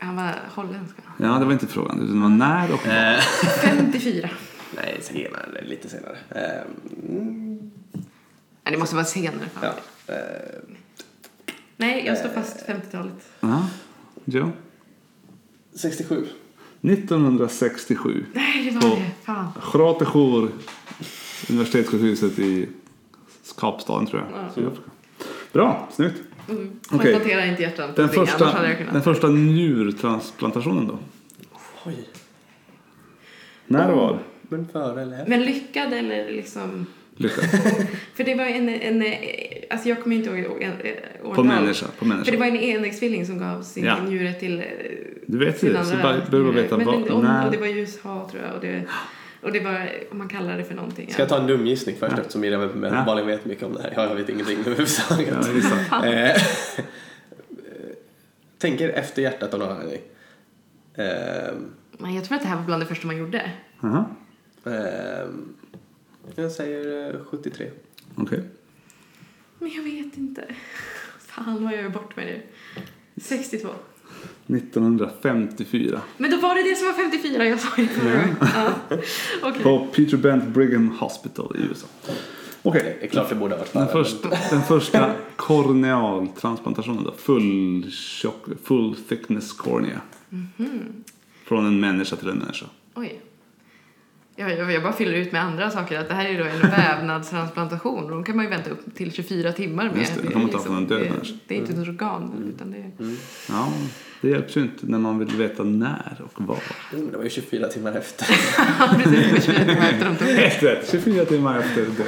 Speaker 2: Han var holländsk va?
Speaker 1: ja det var inte frågan, utan det var när och var.
Speaker 2: 54.
Speaker 3: Nej, senare. Lite senare. Ehm,
Speaker 2: Nej, det måste vara senare. Fan.
Speaker 3: ja. eh,
Speaker 2: Nej,
Speaker 1: Eh,
Speaker 2: jag står fast 50-talet.
Speaker 1: Ja, Joe?
Speaker 3: 67.
Speaker 1: 1967.
Speaker 2: Nej, det var
Speaker 1: Så.
Speaker 2: det. Fan.
Speaker 1: Grotejour, universitetssjukhuset i Kapstaden tror jag. Sydafrika. Bra, snyggt.
Speaker 2: Mm.
Speaker 1: Okej.
Speaker 2: Transplanterar inte hjärtan.
Speaker 1: Den
Speaker 2: Annars
Speaker 1: första,
Speaker 2: hade jag kunnat.
Speaker 1: den första njurtransplantationen då?
Speaker 3: Oj.
Speaker 1: När var det?
Speaker 3: Men före eller efter?
Speaker 2: Men lyckad eller liksom...
Speaker 1: Lycka.
Speaker 2: För det var en... en eh, alltså jag kommer inte ihåg å- en- eh,
Speaker 1: På
Speaker 2: årtal.
Speaker 1: människa, på
Speaker 2: För det
Speaker 1: människa.
Speaker 2: var en enäggstvilling som gav sin
Speaker 1: Ja.
Speaker 2: njure till... eh,
Speaker 1: Du vet ju
Speaker 2: sin
Speaker 1: det, så
Speaker 2: andra
Speaker 1: bara- behöver bara veta
Speaker 2: njure.
Speaker 1: vad-
Speaker 2: Men, och,
Speaker 1: när-
Speaker 2: och det var i USA tror jag. Och det, och det var... Om man kallar det för någonting.
Speaker 3: Ska jag ta en dum gissning först eftersom Miriam
Speaker 1: Ja.
Speaker 3: uppenbarligen vet mycket om det här. Jag vet ingenting
Speaker 1: Ja,
Speaker 3: överhuvudtaget.
Speaker 1: gissa.
Speaker 3: Eh, Tänker efter hjärtat av någon anledning. Ehm,
Speaker 2: Men jag tror att det här var bland det första man gjorde.
Speaker 1: Aha,
Speaker 3: ehm, Jag säger eh, 73.
Speaker 1: Okej.
Speaker 2: Men jag vet inte. Fan vad jag gör bort mig nu. 62.
Speaker 1: 1954.
Speaker 2: Men då var det det som var 54, jag sa ju förra gången. Ja.
Speaker 1: Mm.
Speaker 2: Okej.
Speaker 1: På Peter Bent Brigham Hospital i USA. Okej.
Speaker 3: Det är klart det borde ha varit
Speaker 1: Den,
Speaker 3: före,
Speaker 1: först, den första kornealtransplantationen då. Full, tjock, full thickness cornea. Från en människa till en människa.
Speaker 2: Oj. Jag, jag, jag bara fyller ut med andra saker. Att det här är då en vävnadstransplantation. och De kan man ju vänta upp till 24 timmar med.
Speaker 1: Just det, de
Speaker 2: är
Speaker 1: kan man ta från en död Mm.
Speaker 2: det,
Speaker 1: människa.
Speaker 2: det är inte ett organ. Utan det är,
Speaker 1: Mm. Ja, det hjälps ju inte när man vill veta när och var.
Speaker 3: men- Men det var ju 24 timmar efter.
Speaker 2: precis, det är 24 timmar efter de tog
Speaker 1: Helt rätt,
Speaker 2: det.
Speaker 1: 24 timmar efter död.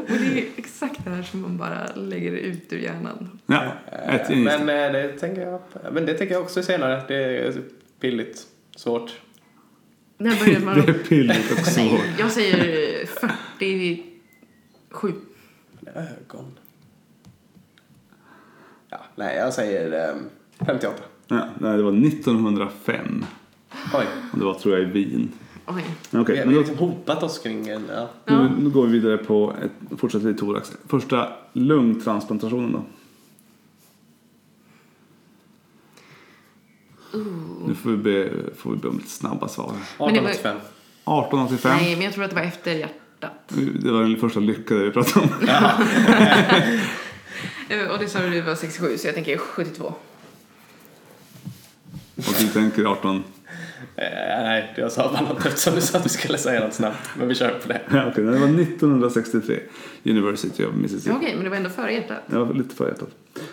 Speaker 2: Och det är exakt det här som man bara lägger ut ur hjärnan.
Speaker 1: Ja, ett
Speaker 3: Eh, Men
Speaker 1: men,
Speaker 3: eh, det tänker jag, men det tänker jag också senare. Det är billigt. Svårt.
Speaker 2: När började man?
Speaker 1: Det är pilligt och svårt.
Speaker 2: Jag säger 47.
Speaker 3: ögon. Ja, nej, jag säger ehm, 58.
Speaker 1: Ja, nej, det var 1905.
Speaker 3: Oj,
Speaker 1: Och det var tror jag i Wien.
Speaker 2: Oj.
Speaker 1: Okej, men
Speaker 3: vi, vi
Speaker 1: då
Speaker 3: har liksom hopat oss kring en... Ja.
Speaker 1: Nu, nu går vi vidare på ett, fortsätter i thorax. Första lungtransplantationen då. Nu får vi, be, får vi be om lite snabba svar.
Speaker 2: Men det var-
Speaker 3: 1885.
Speaker 1: 1885.
Speaker 2: Nej, men jag tror att det var efter hjärtat.
Speaker 1: Det var den första lyckade vi pratade om.
Speaker 2: Eh, Och det sa du det var 67, så jag tänker 72.
Speaker 1: Och du tänker 18...
Speaker 3: Eh, nej, jag sa bara något eftersom du sa att vi skulle säga något snabbt. Men vi kör på det.
Speaker 1: Ja, Okej, det var 1963. University of
Speaker 2: Ja,
Speaker 1: Mississippi.
Speaker 2: Okej, men det var ändå före hjärtat.
Speaker 1: Jag var lite för hjärtat.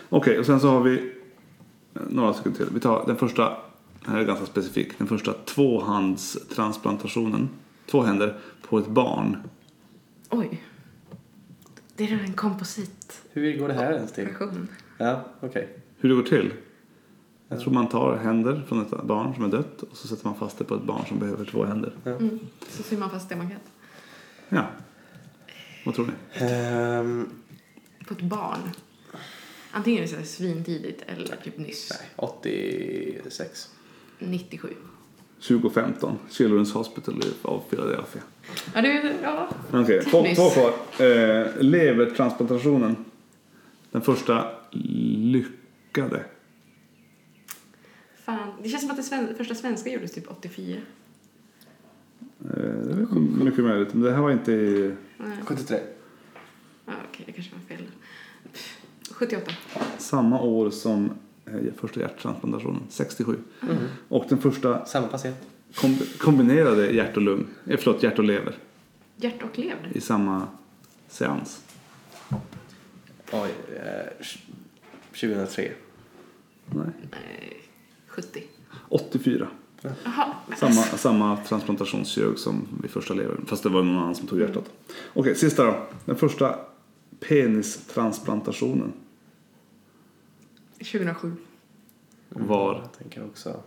Speaker 1: Okej, och sen så har vi eh, några stycken till. Vi tar den första, den här är ganska specifik, den första tvåhandstransplantationen. Två händer på ett barn.
Speaker 2: Oj. Det är en kompositpension.
Speaker 3: Hur går det här ens till? Ja, okej.
Speaker 1: Hur det går till? Jag tror man tar händer från ett barn som är dött och så sätter man fast det på ett barn som behöver två händer.
Speaker 2: Så syr man fast det man kan.
Speaker 1: Ja. Vad tror ni?
Speaker 3: Ehm,
Speaker 2: På ett barn. Antingen är det så här svintidigt eller typ nyss.
Speaker 3: nej, 86.
Speaker 2: 97.
Speaker 1: 2015, Children's Hospital av Philadelphia.
Speaker 2: Ja, det är... Ja.
Speaker 1: Okej, två,
Speaker 2: Nyss.
Speaker 1: två kvar. Eh, levertransplantationen. Den första lyckade.
Speaker 2: Fan. Det känns som att det sven- första svenska gjordes typ 84.
Speaker 1: Eh, det är mycket möjligt, men det här var inte i...
Speaker 2: Nej.
Speaker 3: 73.
Speaker 2: Ja, okej, det kanske var fel. Pff, 78.
Speaker 1: samma år som eh, första hjärttransplantationen, 67. Och den första
Speaker 3: Samma patient.
Speaker 1: kom, kombinerade hjärt och lung, eh, förlåt, hjärt och lever
Speaker 2: Hjärt och lever.
Speaker 1: i samma seans.
Speaker 3: Oj, eh, 2003.
Speaker 1: Nej.
Speaker 2: Nej, 70.
Speaker 1: 84.
Speaker 2: Eh, Jaha. men-
Speaker 1: Samma, samma transplantationskirurg som vid första levern, fast det var någon annan som tog hjärtat. Okej, sista då. Den första penistransplantationen
Speaker 2: 2007.
Speaker 1: var
Speaker 3: Jag tänker också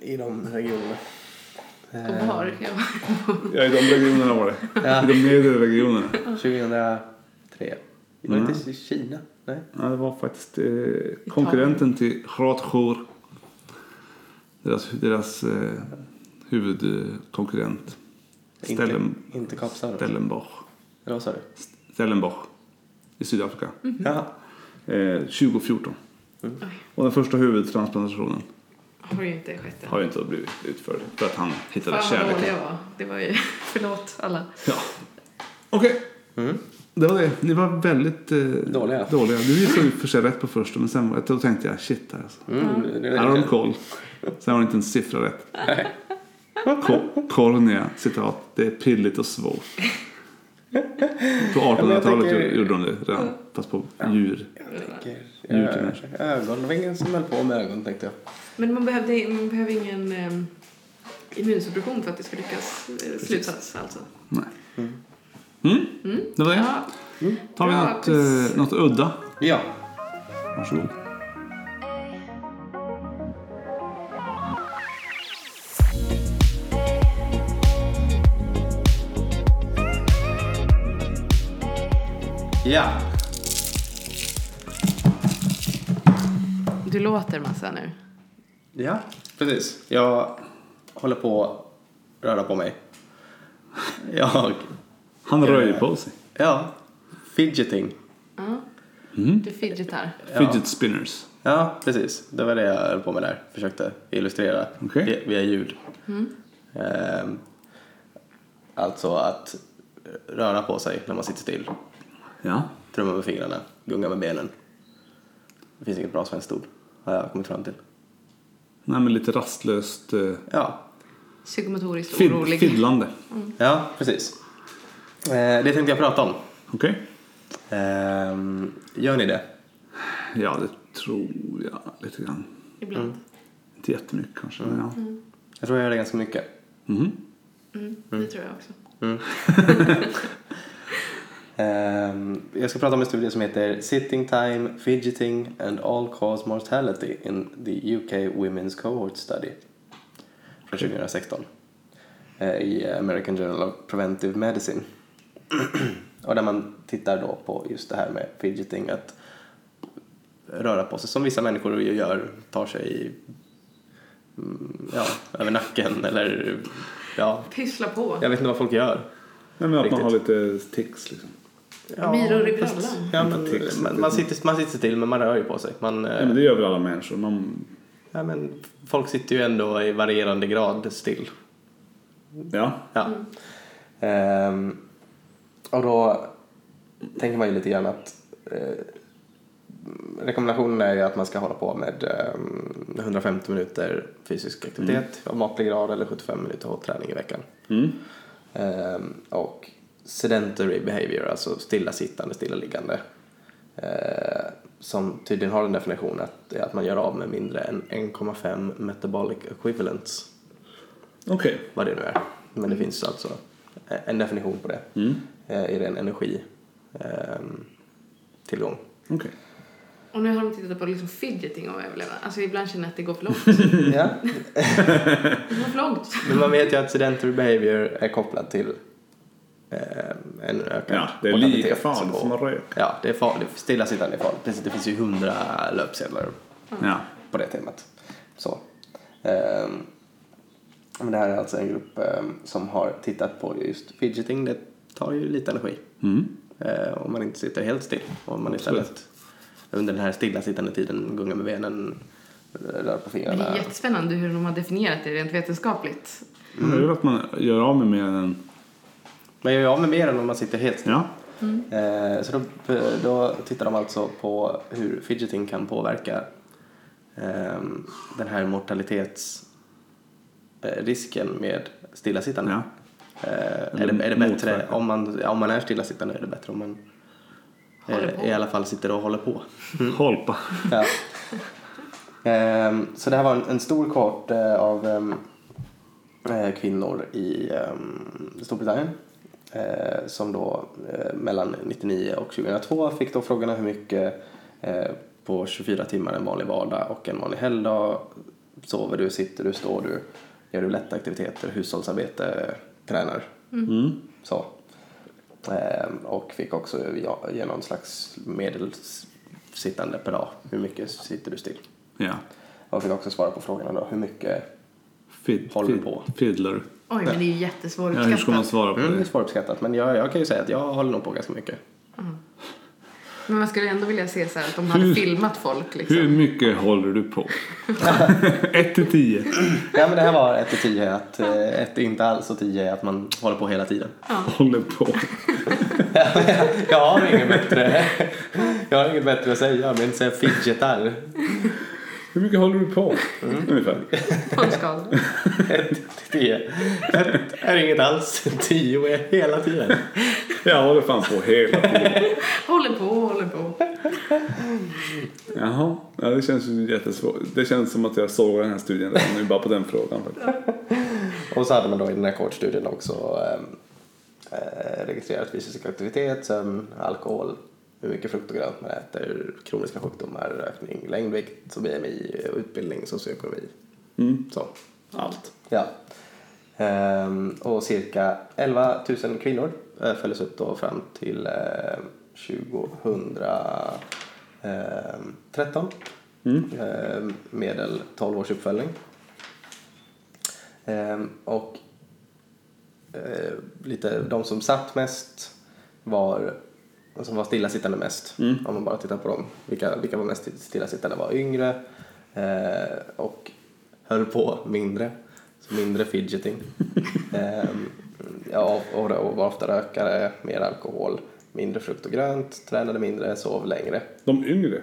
Speaker 3: i de regionerna.
Speaker 2: Och
Speaker 3: Eh.
Speaker 2: var jag var.
Speaker 1: Ja, i de regionerna var det.
Speaker 3: Ja.
Speaker 1: I de nedre regionerna.
Speaker 3: 2003. Var det inte i Kina? Nej.
Speaker 1: Ja, det var faktiskt eh, konkurrenten till Hratjour. Deras, deras eh, huvudkonkurrent. Stellen,
Speaker 3: Inte, inte Kapstaden?
Speaker 1: Stellenbosch.
Speaker 3: Eller vad sa
Speaker 1: Mm.
Speaker 3: du?
Speaker 1: Stellenbosch i Sydafrika.
Speaker 2: Mhm.
Speaker 3: Ja.
Speaker 1: Eh, 2014.
Speaker 2: Oj,
Speaker 1: Och den första huvudtransplantationen
Speaker 2: har ju inte skett än.
Speaker 1: har ju inte blivit utförd för att han hittade
Speaker 2: Fan vad dålig
Speaker 1: kärleken.
Speaker 2: jag var. Det var ju... Förlåt alla.
Speaker 1: Ja. Okej,
Speaker 3: Mm.
Speaker 1: det var det. Ni var väldigt eh,
Speaker 3: Dåliga.
Speaker 1: dåliga. Du gissade ju för sig rätt på första men sen var- då tänkte jag shit här alltså.
Speaker 3: Mm, det- det- det-
Speaker 1: Här har de koll. Sen har de inte en siffra rätt. Ko- Cornea, citat, det är pilligt och svårt. På
Speaker 3: men jag
Speaker 1: 1800-talet
Speaker 3: tänker-
Speaker 1: gjorde de det redan, fast på djur.
Speaker 3: Jag tänker-
Speaker 1: Djur till människa.
Speaker 3: Ögon, det var ingen som höll på med ögon tänkte jag.
Speaker 2: Men man behövde, man behöver ingen eh, immunsuppression för att det ska lyckas. Eh, slutsats alltså.
Speaker 1: Nej. Mm. Det var det.
Speaker 2: Ja,
Speaker 1: Tar vi
Speaker 2: Bra
Speaker 1: något,
Speaker 2: quiz.
Speaker 1: eh, något udda?
Speaker 3: Ja,
Speaker 1: Varsågod.
Speaker 3: ja.
Speaker 2: du låter massa nu.
Speaker 1: Mm.
Speaker 3: Ja, precis. Jag håller på att röra på mig. Jag,
Speaker 1: Han rör ju på sig.
Speaker 3: ja, fidgeting.
Speaker 2: Ja. Du fidgetar.
Speaker 1: Fidget spinners.
Speaker 3: Ja, precis. Det var det jag höll på med där. Försökte illustrera
Speaker 1: Okej.
Speaker 3: via, via ljud. Ehm, alltså att röra på sig när man sitter still.
Speaker 1: Ja.
Speaker 3: Trumma med fingrarna, gunga med benen. Det finns inget bra svenskt ord, har jag kommit fram till.
Speaker 1: Nej, men lite rastlöst eh,
Speaker 3: Ja,
Speaker 2: Psykomotoriskt
Speaker 1: fid-
Speaker 2: orolig.
Speaker 1: fiddlande.
Speaker 3: ja precis. Eh, det tänkte jag prata om.
Speaker 1: Okej?
Speaker 3: Ehm, gör ni det?
Speaker 1: Ja, det tror jag lite grann.
Speaker 2: Ibland.
Speaker 1: Inte jättemycket kanske, men ja.
Speaker 3: Jag tror jag gör det ganska mycket.
Speaker 1: Mhm.
Speaker 2: Mm, Det tror jag också.
Speaker 3: Ehm, jag ska prata om en studie som heter Sitting Time, Fidgeting and All Cause Mortality in the UK Women's Cohort Study från 2016 eh, i American Journal of Preventive Medicine Och där man tittar då på just det här med fidgeting, att röra på sig som vissa människor ju gör, tar sig i, mm, ja, över nacken eller ja,
Speaker 2: Pyssla på.
Speaker 3: jag vet inte vad folk gör.
Speaker 1: Nej, men att
Speaker 3: Riktigt.
Speaker 1: man har lite tics liksom.
Speaker 3: Ja,
Speaker 2: Myror i
Speaker 3: fast-
Speaker 2: prallan.
Speaker 3: Ja, men, man, man, sitter, man sitter still men man rör ju på sig. Man, eh,
Speaker 1: Nej, men det gör väl alla människor. Man,
Speaker 3: ja, men, folk sitter ju ändå i varierande grad still.
Speaker 1: ja.
Speaker 3: Ja.
Speaker 2: Mm.
Speaker 3: Ehm, och då tänker man ju lite grann att eh, rekommendationen är ju att man ska hålla på med ehm, 150 minuter fysisk aktivitet av måttlig grad eller 75 minuter hårdträning i veckan.
Speaker 1: Mm.
Speaker 3: Ehm, och sedentary behavior, alltså stillasittande, stillaliggande. Eh, som tydligen har den definitionen att, det är att man gör av med mindre än 1,5 metabolic equivalents
Speaker 1: Okej.
Speaker 3: vad det nu är. Men det finns alltså en definition på det
Speaker 1: Mm.
Speaker 3: eh, i ren energi ehm, tillgång.
Speaker 1: Okej.
Speaker 2: Och nu har de tittat på liksom fidgeting och överlevnad. Alltså ibland känner jag att det går för långt.
Speaker 1: Mm.
Speaker 3: Ja.
Speaker 2: Det går för långt.
Speaker 3: Men man vet ju att sedentary behavior är kopplad till ehm, en ökad
Speaker 1: Ja, det är
Speaker 3: mortalitet
Speaker 1: lika farligt
Speaker 3: och-
Speaker 1: som att röka.
Speaker 3: Ja, det är farligt. Stillasittande är farligt. Precis, det finns ju hundra löpsedlar
Speaker 1: Ja.
Speaker 3: på det temat. Så. Ehm, men det här är alltså en grupp ehm, som har tittat på just fidgeting. Det tar ju lite energi.
Speaker 1: Mm.
Speaker 3: Eh, om man inte sitter helt still. Om man
Speaker 1: Absolut.
Speaker 3: istället under den här stillasittande tiden gungar med benen, eh, rör på
Speaker 2: Men det
Speaker 3: fingrarna.
Speaker 2: är jättespännande hur de har definierat det rent vetenskapligt.
Speaker 1: Men Det är väl att man gör av med mer än...
Speaker 3: Man gör ju av med mer än om man sitter helt still.
Speaker 1: Ja.
Speaker 3: Eh, så då, då tittar de alltså på hur fidgeting kan påverka ehm, den här mortalitetsrisken med stillasittande.
Speaker 1: ja.
Speaker 3: Eh, är,
Speaker 1: Eller
Speaker 3: det, är det bättre
Speaker 1: motverka.
Speaker 3: om man, om man är stillasittande? Är det bättre om man
Speaker 2: Håller på.
Speaker 3: eh, i alla fall sitter och håller på?
Speaker 1: Holpa.
Speaker 3: Ja. Ehm, så det här var en, en stor kort eh, av ehm, eh, kvinnor i ehm, Storbritannien eh, som då eh, mellan 99 och 2002 fick då frågan hur mycket eh, på 24 timmar en vanlig vardag och en vanlig helgdag sover du, sitter du, står du, gör du lätta aktiviteter, hushållsarbete, tränar.
Speaker 1: Mm.
Speaker 3: Så. Ehm, Och fick också ja- ge någon slags medelsittande per dag. Hur mycket sitter du still?
Speaker 1: Ja.
Speaker 3: Och fick också svara på frågan då, hur mycket...
Speaker 1: Fid,
Speaker 3: Håller
Speaker 1: fid,
Speaker 3: på.
Speaker 1: Fiddler.
Speaker 2: Oj, men det är ju jättesvårt
Speaker 1: Ja, hur ska man svara på
Speaker 3: Mm, det är
Speaker 1: det?
Speaker 3: svåruppskattat, men jag, jag kan ju säga att jag håller nog på ganska mycket.
Speaker 2: Men man skulle ändå vilja se så här att de hade
Speaker 1: Hur-
Speaker 2: filmat folk liksom.
Speaker 1: Hur mycket håller du på? 1 till 10.
Speaker 3: Ja, men det här var 1 till 10, att 1 inte alls och 10 är att man håller på hela tiden.
Speaker 1: Håller på.
Speaker 3: Jag har inget bättre, jag har inget bättre att säga, men säga fidgetar.
Speaker 1: Hur mycket håller du på?
Speaker 3: Mm.
Speaker 1: Ungefär.
Speaker 2: Folkskador.
Speaker 3: 1 till 10. 1 är inget alls, 10 är hela tiden.
Speaker 1: Jag håller fan på hela tiden.
Speaker 2: Håller på, håller på.
Speaker 1: Jaha. Ja, det känns ju jättesvårt. Det känns som att jag såg den här studien redan nu bara på den frågan. faktiskt.
Speaker 3: Och så hade man då i den här kortstudien också ehm, eh, registrerat fysisk aktivitet, sömn, alkohol, hur mycket frukt och grönt man äter, kroniska sjukdomar, rökning, längdvikt, och BMI, utbildning, socioekonomi.
Speaker 1: Mm.
Speaker 3: Så.
Speaker 1: Allt.
Speaker 3: Ja. Ehm, och cirka 11 000 kvinnor eh, följdes upp då fram till eh, 2013.
Speaker 1: Mm.
Speaker 3: Ehm, medel 12 års uppföljning. Ehm, och eh, lite, de som satt mest var de som var stillasittande mest.
Speaker 1: Mm.
Speaker 3: Om man bara tittar på dem. Vilka, vilka var mest stillasittande var yngre eh, och höll på mindre. Så mindre fidgeting. Ehm, ja, och, och var ofta rökare, mer alkohol, mindre frukt och grönt, tränade mindre, sov längre.
Speaker 1: De yngre.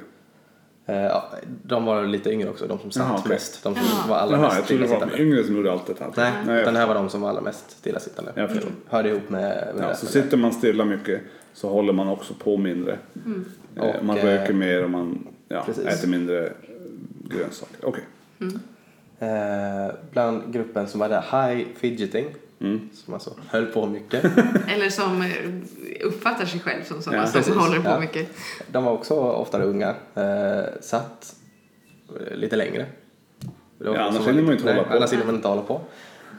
Speaker 3: Eh, ja, de var lite yngre också, de som satt
Speaker 1: Jaha, okej.
Speaker 3: mest. De som
Speaker 2: Jaha.
Speaker 3: var allra
Speaker 1: Jaha,
Speaker 3: mest
Speaker 1: jag trodde det var
Speaker 3: stillasittande.
Speaker 1: de yngre som gjorde allt detta.
Speaker 3: Nej,
Speaker 1: jag
Speaker 3: utan här var de som var allra mest stillasittande.
Speaker 1: Jag förstår.
Speaker 3: Hörde ihop med, med
Speaker 1: Ja, så
Speaker 3: resten.
Speaker 1: sitter man stilla mycket så håller man också på mindre. Eh,
Speaker 3: Och,
Speaker 1: man
Speaker 3: eh,
Speaker 1: röker mer och man ja,
Speaker 3: precis.
Speaker 1: äter mindre eh, grönsaker. Okej.
Speaker 3: Eh, bland gruppen som var där, high fidgeting,
Speaker 1: Mm.
Speaker 3: som alltså höll på mycket.
Speaker 2: Eller som eh, uppfattar sig själv som sådana
Speaker 1: Ja,
Speaker 2: som
Speaker 1: precis.
Speaker 2: håller på
Speaker 3: Ja.
Speaker 2: mycket.
Speaker 3: De var också oftare unga, eh, satt eh, lite längre. Det
Speaker 1: Ja,
Speaker 3: var folk
Speaker 1: annars
Speaker 3: som var
Speaker 1: hinner man inte
Speaker 3: lite-
Speaker 1: hålla
Speaker 3: nej,
Speaker 1: på.
Speaker 3: Annars hinner man inte hålla på.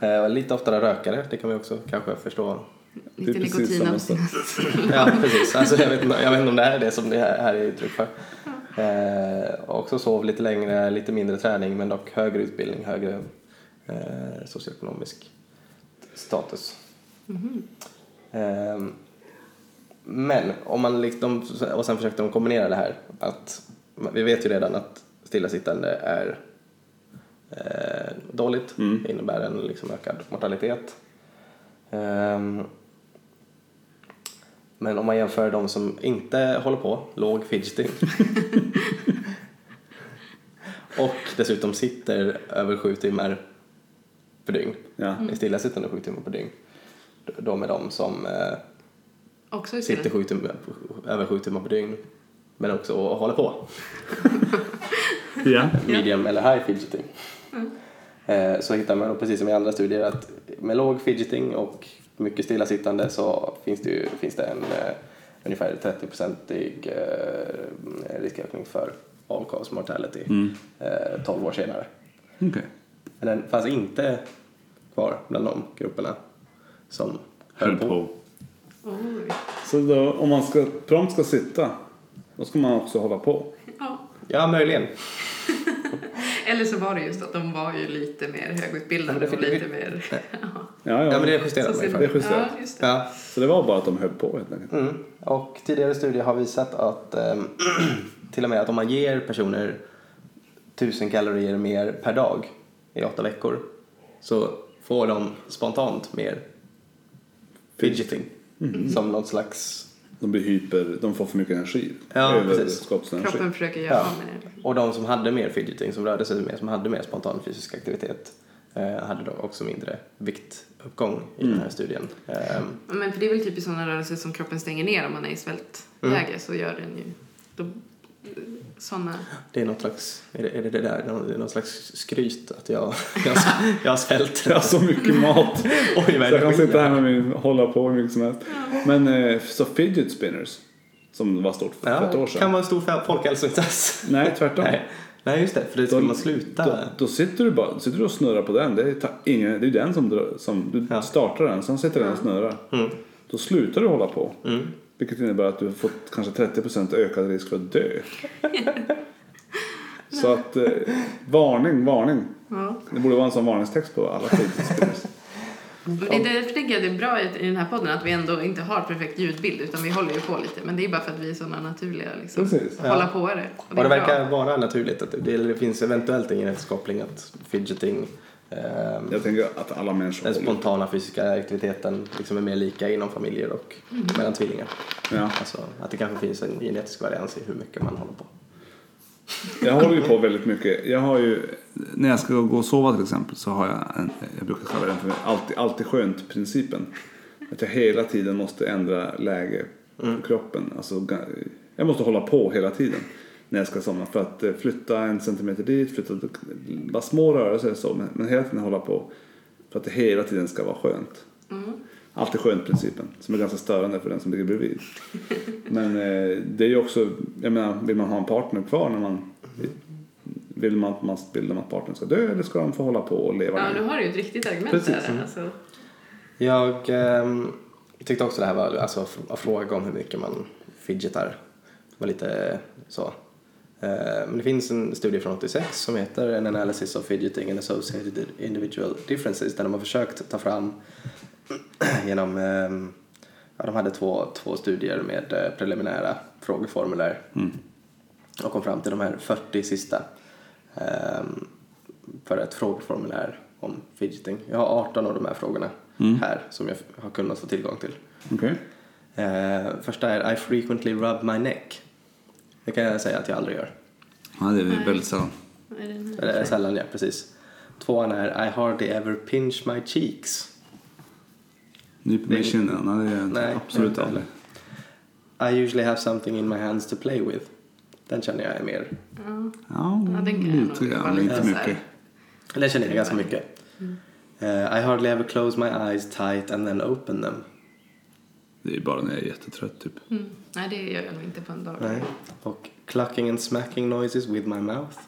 Speaker 3: Eh, var lite oftare rökare, det kan man ju också kanske förstå Det är
Speaker 2: Lite
Speaker 3: precis
Speaker 2: nikotin
Speaker 3: som
Speaker 2: av
Speaker 3: en sån-
Speaker 2: sina...
Speaker 3: Ja, precis. Alltså, jag, vet, inte- jag vet inte om det här är det som det här är uttryck för. Eh, också sov lite längre, lite mindre träning men dock högre utbildning, högre eh, socioekonomisk status. Eh, men om man liksom, och sen försökte de kombinera det här att vi vet ju redan att stillasittande är eh, dåligt. Det innebär en liksom ökad mortalitet. Ehm, men om man jämför de som inte håller på, låg fidgeting och dessutom sitter över sju timmar per dygn,
Speaker 1: Ja.
Speaker 3: är stillasittande sju timmar per dygn, de är de som eh,
Speaker 2: Också
Speaker 3: sitter
Speaker 2: utbildad.
Speaker 3: sju timmar, över sju timmar per dygn men också och håller på,
Speaker 1: Ja. Mm.
Speaker 3: medium eller high fidgeting. Eh, Så hittar man då, precis som i andra studier, att med låg fidgeting och mycket stillasittande så finns det, ju, finns det en eh, ungefär 30-procentig eh, riskökning för all cause mortality
Speaker 1: Mm.
Speaker 3: eh, 12 år senare.
Speaker 1: Okej.
Speaker 3: Men den fanns inte kvar bland de grupperna som
Speaker 1: Höll på.
Speaker 2: Oj.
Speaker 1: Så då, om man ska, prompt ska sitta, då ska man också hålla på.
Speaker 2: Ja.
Speaker 3: Ja, möjligen.
Speaker 2: Eller så var det just att de var ju lite mer högutbildade
Speaker 3: Ja, men
Speaker 2: och
Speaker 3: det-
Speaker 2: lite mer...
Speaker 1: Ja, ja.
Speaker 3: Ja, men det justerar man ju
Speaker 2: Social-
Speaker 3: för.
Speaker 1: det är justerat.
Speaker 2: Ja, just det.
Speaker 3: Ja.
Speaker 1: Så det var bara att de höll på helt enkelt.
Speaker 3: Mm. Och tidigare studier har visat att ehm, till och med att om man ger personer 1000 kalorier mer per dag i åtta veckor så får de spontant mer fidgeting som något slags
Speaker 1: De blir hyper, de får för mycket energi.
Speaker 3: Ja, precis.
Speaker 1: Överskottsenergi.
Speaker 2: Kroppen försöker göra
Speaker 3: Ja.
Speaker 2: av med det.
Speaker 3: Och de som hade mer fidgeting, som rörde sig mer, som hade mer spontan fysisk aktivitet eh, hade då också mindre viktuppgång i den här studien. Ehm,
Speaker 2: Men för det är väl typiskt sådana rörelser som kroppen stänger ner om man är i svältläge
Speaker 3: Mm.
Speaker 2: så gör den ju då, sådana...
Speaker 3: Det är någon slags, är det, är det det där, Någon- det är någon slags skryt att jag, jag, s- jag svälter.
Speaker 1: Jag har så mycket mat.
Speaker 3: Oj, vad
Speaker 1: Så jag kan sitta
Speaker 3: energi.
Speaker 1: här med min, hålla på hur mycket som helst. Men eh, så fidget spinners, som var stort för ett
Speaker 3: Ja,
Speaker 1: år sedan.
Speaker 3: kan vara en stor fol- folkhälsoinsats.
Speaker 1: Nej, tvärtom.
Speaker 3: Nej. Nej, just det, för det ska
Speaker 1: Då-
Speaker 3: man sluta
Speaker 1: Då, då sitter du bara sitter du och snurrar på den. Det är, ta, ingen, det är ju den som, drar- som du
Speaker 3: Ja. Mm.
Speaker 1: startar den, sen sitter den och snurrar. Då slutar du hålla på. Vilket innebär att du har fått kanske 30% ökad risk för att dö. Så att, eh, varning, varning.
Speaker 2: Ja.
Speaker 1: Det borde vara en sån varningstext på alla fritidsspears.
Speaker 2: Men det är därför tycker jag det är bra i i den här podden att vi ändå inte har perfekt ljudbild utan vi håller ju på lite. Men det är bara för att vi är sådana naturliga liksom.
Speaker 1: Precis.
Speaker 2: Hålla på är det.
Speaker 3: Och det
Speaker 2: är bra.
Speaker 3: verkar vara naturligt, att det, eller det finns eventuellt en genetisk koppling att fidgeting, ehm,
Speaker 1: Jag tänker att alla människor
Speaker 3: den
Speaker 1: håller.
Speaker 3: spontana fysiska aktiviteten liksom är mer lika inom familjer och mellan tvillingar.
Speaker 1: Ja.
Speaker 3: Alltså att det kanske finns en genetisk varians i hur mycket man håller på.
Speaker 1: Jag håller ju på väldigt mycket. Jag har ju, när jag ska gå och sova till exempel så har jag en, jag brukar kalla den för alltid, alltid skönt-principen. Att jag hela tiden måste ändra läge på kroppen. Alltså, ga- jag måste hålla på hela tiden när jag ska somna. För att eh, flytta en centimeter dit, flytta, bara små rörelser så. Men, men hela tiden hålla på. För att det hela tiden ska vara skönt. Alltid skönt-principen. Som är ganska störande för den som ligger bredvid. Men eh, det är ju också, jag menar, vill man ha en partner kvar när man vill man att man vill de att partnern ska dö eller ska de få hålla på och leva
Speaker 2: Ja, nu
Speaker 1: längre?
Speaker 2: har du ju ett riktigt argument
Speaker 1: Precis.
Speaker 3: mm.
Speaker 2: där. Alltså.
Speaker 3: Jag ehm, tyckte också det här var, alltså f- att fråga om hur mycket man fidgetar var lite så. Eh, Men det finns en studie från 86 som heter An analysis of fidgeting and associated individual differences där de har försökt ta fram genom, ehm, ja, de hade två, två studier med eh, preliminära frågeformulär och kom fram till de här 40 sista ehm, för ett frågeformulär om fidgeting. Jag har 18 av de här frågorna här som jag har kunnat få tillgång till.
Speaker 1: Okej.
Speaker 3: Eh, första är I frequently rub my neck. Det kan jag säga att jag aldrig gör.
Speaker 1: Ja, det är väldigt sällan.
Speaker 2: Vad är det nu?
Speaker 3: Eller sällan, ja precis. Tvåan är I hardly ever pinch my cheeks.
Speaker 1: Nyper mig i kinden. Nej, det är
Speaker 3: Nej,
Speaker 1: absolut
Speaker 3: inte
Speaker 1: aldrig.
Speaker 3: I usually have something in my hands to play with. Den känner jag är mer,
Speaker 2: Ja.
Speaker 1: Ja,
Speaker 2: Ja, den kan jag nog
Speaker 1: lite
Speaker 2: vara
Speaker 1: grann.
Speaker 2: lite
Speaker 1: Inte
Speaker 2: så här.
Speaker 1: mycket.
Speaker 3: eller den känner jag ganska mycket. Eh, I hardly ever close my eyes tight and then open them.
Speaker 1: Det är bara när jag är jättetrött typ.
Speaker 2: Mm. Nej, det gör jag nog inte på en dag.
Speaker 3: Nej. Och clucking and smacking noises with my mouth.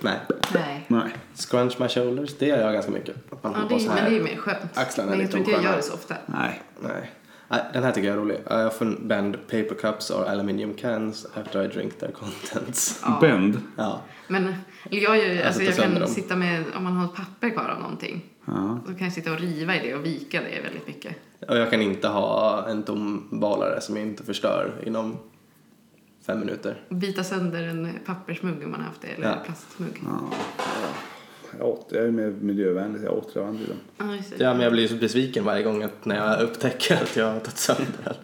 Speaker 3: Nej.
Speaker 2: Nej.
Speaker 1: Nej.
Speaker 3: Scrunch my shoulders, det gör jag ganska mycket. Att man
Speaker 2: Ja,
Speaker 3: håller
Speaker 2: det
Speaker 3: på så
Speaker 2: är, men
Speaker 3: här.
Speaker 2: det är ju mer skämt.
Speaker 3: Axlarna är
Speaker 2: men jag tror
Speaker 3: lite
Speaker 2: inte jag
Speaker 3: osköna.
Speaker 2: gör det så ofta.
Speaker 1: Nej.
Speaker 3: Nej. Nej, Den här tycker jag är rolig. I often bend paper cups or aluminium cans after I drink their contents.
Speaker 2: Ja.
Speaker 1: Bänd.
Speaker 3: Ja.
Speaker 2: Men eller jag, gör, ju- alltså,
Speaker 3: ta
Speaker 2: jag
Speaker 3: sönder
Speaker 2: kan
Speaker 3: dem.
Speaker 2: sitta med, om man har ett papper kvar av någonting,
Speaker 1: Ja.
Speaker 2: så kan jag sitta och riva i det och vika det väldigt mycket.
Speaker 3: Och jag kan inte ha en tom balare som jag inte förstör inom fem minuter.
Speaker 2: Bita sönder en pappersmugg om man har haft det, eller
Speaker 3: Ja.
Speaker 2: en plastmugg.
Speaker 1: Ja. Jag, åt, jag är mer miljövänlig. Jag återanvänder dem.
Speaker 2: Ja, just det.
Speaker 3: Ja, men jag blir så besviken varje gång att när jag upptäcker att jag har tagit sönder den.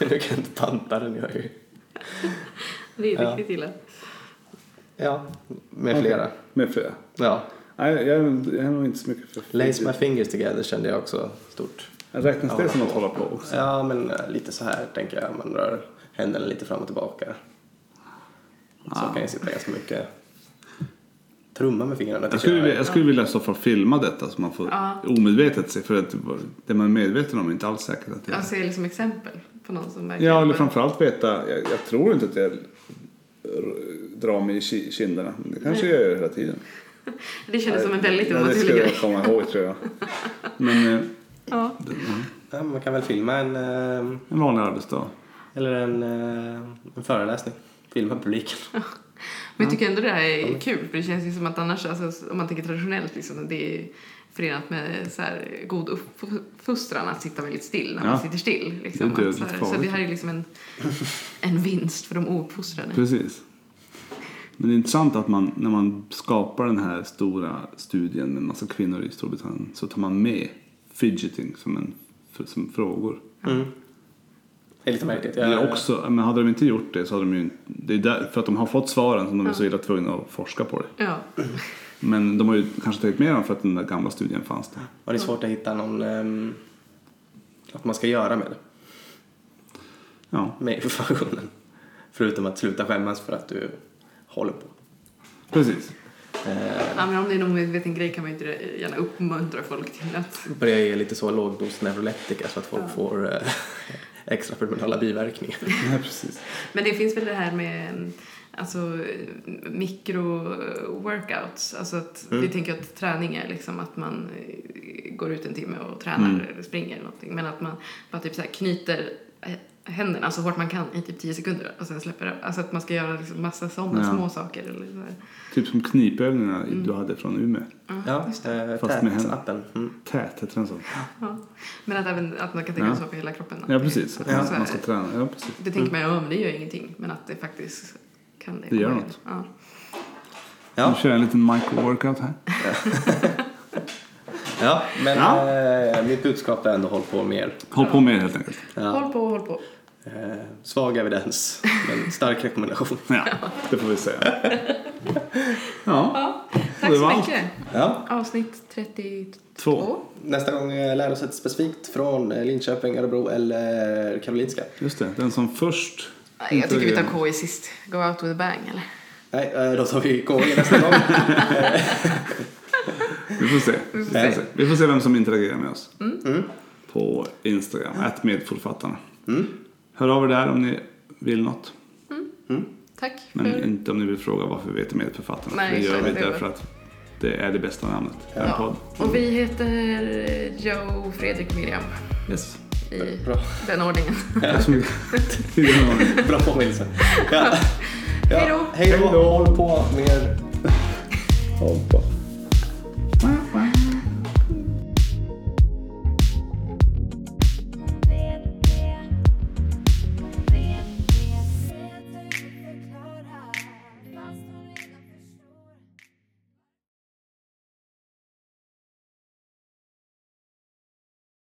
Speaker 3: Nu kan jag inte panta den. Jag är ju...
Speaker 2: Det är
Speaker 3: Ja.
Speaker 2: riktigt illa.
Speaker 3: Ja, med flera.
Speaker 1: Med flera.
Speaker 3: Ja.
Speaker 1: Nej, jag är, jag är nog inte så mycket för...
Speaker 3: Lace my fingers together kände jag också stort.
Speaker 1: Räknas det som att hålla på också?
Speaker 3: Ja, men eh, lite så här tänker jag. Man rör händerna lite fram och tillbaka. Så
Speaker 1: Ja.
Speaker 3: kan jag sitta ganska mycket. Trumma med fingrarna
Speaker 1: Jag
Speaker 3: tycker
Speaker 1: skulle,
Speaker 3: jag.
Speaker 1: vilja- jag skulle vilja i så fall filma detta så man får
Speaker 2: Ja.
Speaker 1: omedvetet se. För att det man är medveten om är inte alls säkert att det är.
Speaker 2: Jag ser liksom exempel på någon som verkligen...
Speaker 1: Ja, eller framförallt veta. Jag, jag tror inte att jag r- drar mig i ki- kinderna. Men det kanske jag gör hela tiden.
Speaker 2: Det kändes som en väldigt
Speaker 1: Ja, det
Speaker 2: onaturlig
Speaker 1: skulle jag
Speaker 2: grej.
Speaker 1: komma ihåg tror jag. Men eh,
Speaker 2: Ja.
Speaker 3: Ja, men man kan väl filma en, eh,
Speaker 1: en vanlig arbetsdag.
Speaker 3: eller en, eh, en föreläsning. Filma publiken.
Speaker 2: Men jag tycker ändå det här är kul, för det känns ju som att annars, alltså, om man tänker traditionellt, liksom, det är ju förenat med så här, god uppfostran att sitta väldigt still när man
Speaker 1: Ja.
Speaker 2: sitter still.
Speaker 1: Det
Speaker 2: Liksom,
Speaker 1: är dödligt
Speaker 2: att, så, här, så
Speaker 1: farligt.
Speaker 2: det här är liksom en, en vinst för de ouppfostrade.
Speaker 1: Precis. Men det är intressant att man, när man skapar den här stora studien med en massa kvinnor i Storbritannien så tar man med fidgeting som, en, för- som frågor.
Speaker 3: Mm. Det är lite märkligt.
Speaker 1: Det är också, men hade de inte gjort det så hade de ju Det är därför att de har fått svaren som de är så illa tvungna att forska på det.
Speaker 2: Ja.
Speaker 1: Men de har ju kanske tagit med dem för att den där gamla studien fanns där.
Speaker 3: Och det är svårt att hitta någon... ehm, att man ska göra med det.
Speaker 1: Ja.
Speaker 3: Med informationen. Förutom att sluta skämmas för att du håller på.
Speaker 1: Precis.
Speaker 3: Eh,
Speaker 2: ja, men om det är någon medveten grej kan man ju inte gärna uppmuntra folk till att...
Speaker 3: börjar ge lite så lågdos neuroleptika så att folk får eh, extra prenatala biverkningar.
Speaker 1: Ja, precis.
Speaker 2: Men det finns väl det här med alltså, mikro-workouts. Alltså att,
Speaker 1: Mm.
Speaker 2: Vi tänker att träning är liksom att man eh, går ut en timme och tränar
Speaker 1: Mm.
Speaker 2: eller springer eller någonting. Men att man bara typ så här knyter eh, händerna så hårt man kan i typ 10 sekunder och sen släpper det. Alltså att man ska göra liksom massa sådana
Speaker 1: Ja.
Speaker 2: små saker. Eller så här.
Speaker 1: Typ som knipövningarna
Speaker 2: Mm.
Speaker 1: du hade från Umeå.
Speaker 3: Ja, eh,
Speaker 1: Fast med händerna.
Speaker 3: appen. Mm.
Speaker 1: Tät heter den så.
Speaker 2: Ja. Men att, även, att man kan tänka
Speaker 1: Ja.
Speaker 2: så på hela kroppen.
Speaker 1: Ja, precis. Att
Speaker 2: Ja.
Speaker 1: man, man ska träna. Ja, precis.
Speaker 2: Det tänker man ju, ja men det gör ingenting. Men att det faktiskt kan det.
Speaker 1: Det gör något.
Speaker 2: Ja.
Speaker 1: Nu
Speaker 3: Ja,
Speaker 1: kör jag en liten micro-workout här.
Speaker 3: ja, men
Speaker 1: Ja.
Speaker 3: Eh, mitt budskap är ändå håll på mer.
Speaker 1: Håll på med det helt enkelt.
Speaker 3: Ja.
Speaker 2: Håll på, håll på.
Speaker 3: Eh, svag evidens, men stark rekommendation.
Speaker 1: Ja, det får vi säga. Ja,
Speaker 2: Ja, tack
Speaker 1: Det
Speaker 2: så
Speaker 1: var allt.
Speaker 2: mycket.
Speaker 3: Ja.
Speaker 2: Avsnitt 32.
Speaker 1: två.
Speaker 3: Nästa gång eh, lär oss ett specifikt från eh, Linköping, Örebro eller Karolinska.
Speaker 1: Just det, den som först...
Speaker 2: Nej, Jag tycker vi tar KI sist. Go out with a bang, eller?
Speaker 3: Nej, eh, då tar vi KI nästa gång.
Speaker 1: Vi får se.
Speaker 2: Vi
Speaker 1: Vi
Speaker 2: får
Speaker 1: får
Speaker 2: se. Mm.
Speaker 1: se, vi får se vem som interagerar med oss. På Instagram, att medförfattarna. Hör av er där om ni vill något.
Speaker 2: Tack
Speaker 1: Men
Speaker 2: för...
Speaker 1: inte om ni vill fråga varför vi heter medförfattarna.
Speaker 2: Mm. Nej,
Speaker 1: det gör
Speaker 2: så
Speaker 1: vi
Speaker 2: är det.
Speaker 1: därför att det är det bästa namnet. för En
Speaker 2: Ja.
Speaker 1: podd.
Speaker 2: Och vi heter eh, Joe, Fredrik, Miriam
Speaker 1: Yes.
Speaker 2: i
Speaker 3: Bra,
Speaker 2: den ordningen.
Speaker 1: Tack så mycket. Det är bra.
Speaker 3: bra påminnelse. Ja.
Speaker 2: Hej då.
Speaker 3: Hej då!
Speaker 1: Hej då.
Speaker 3: Håll på mer.
Speaker 1: Håll på.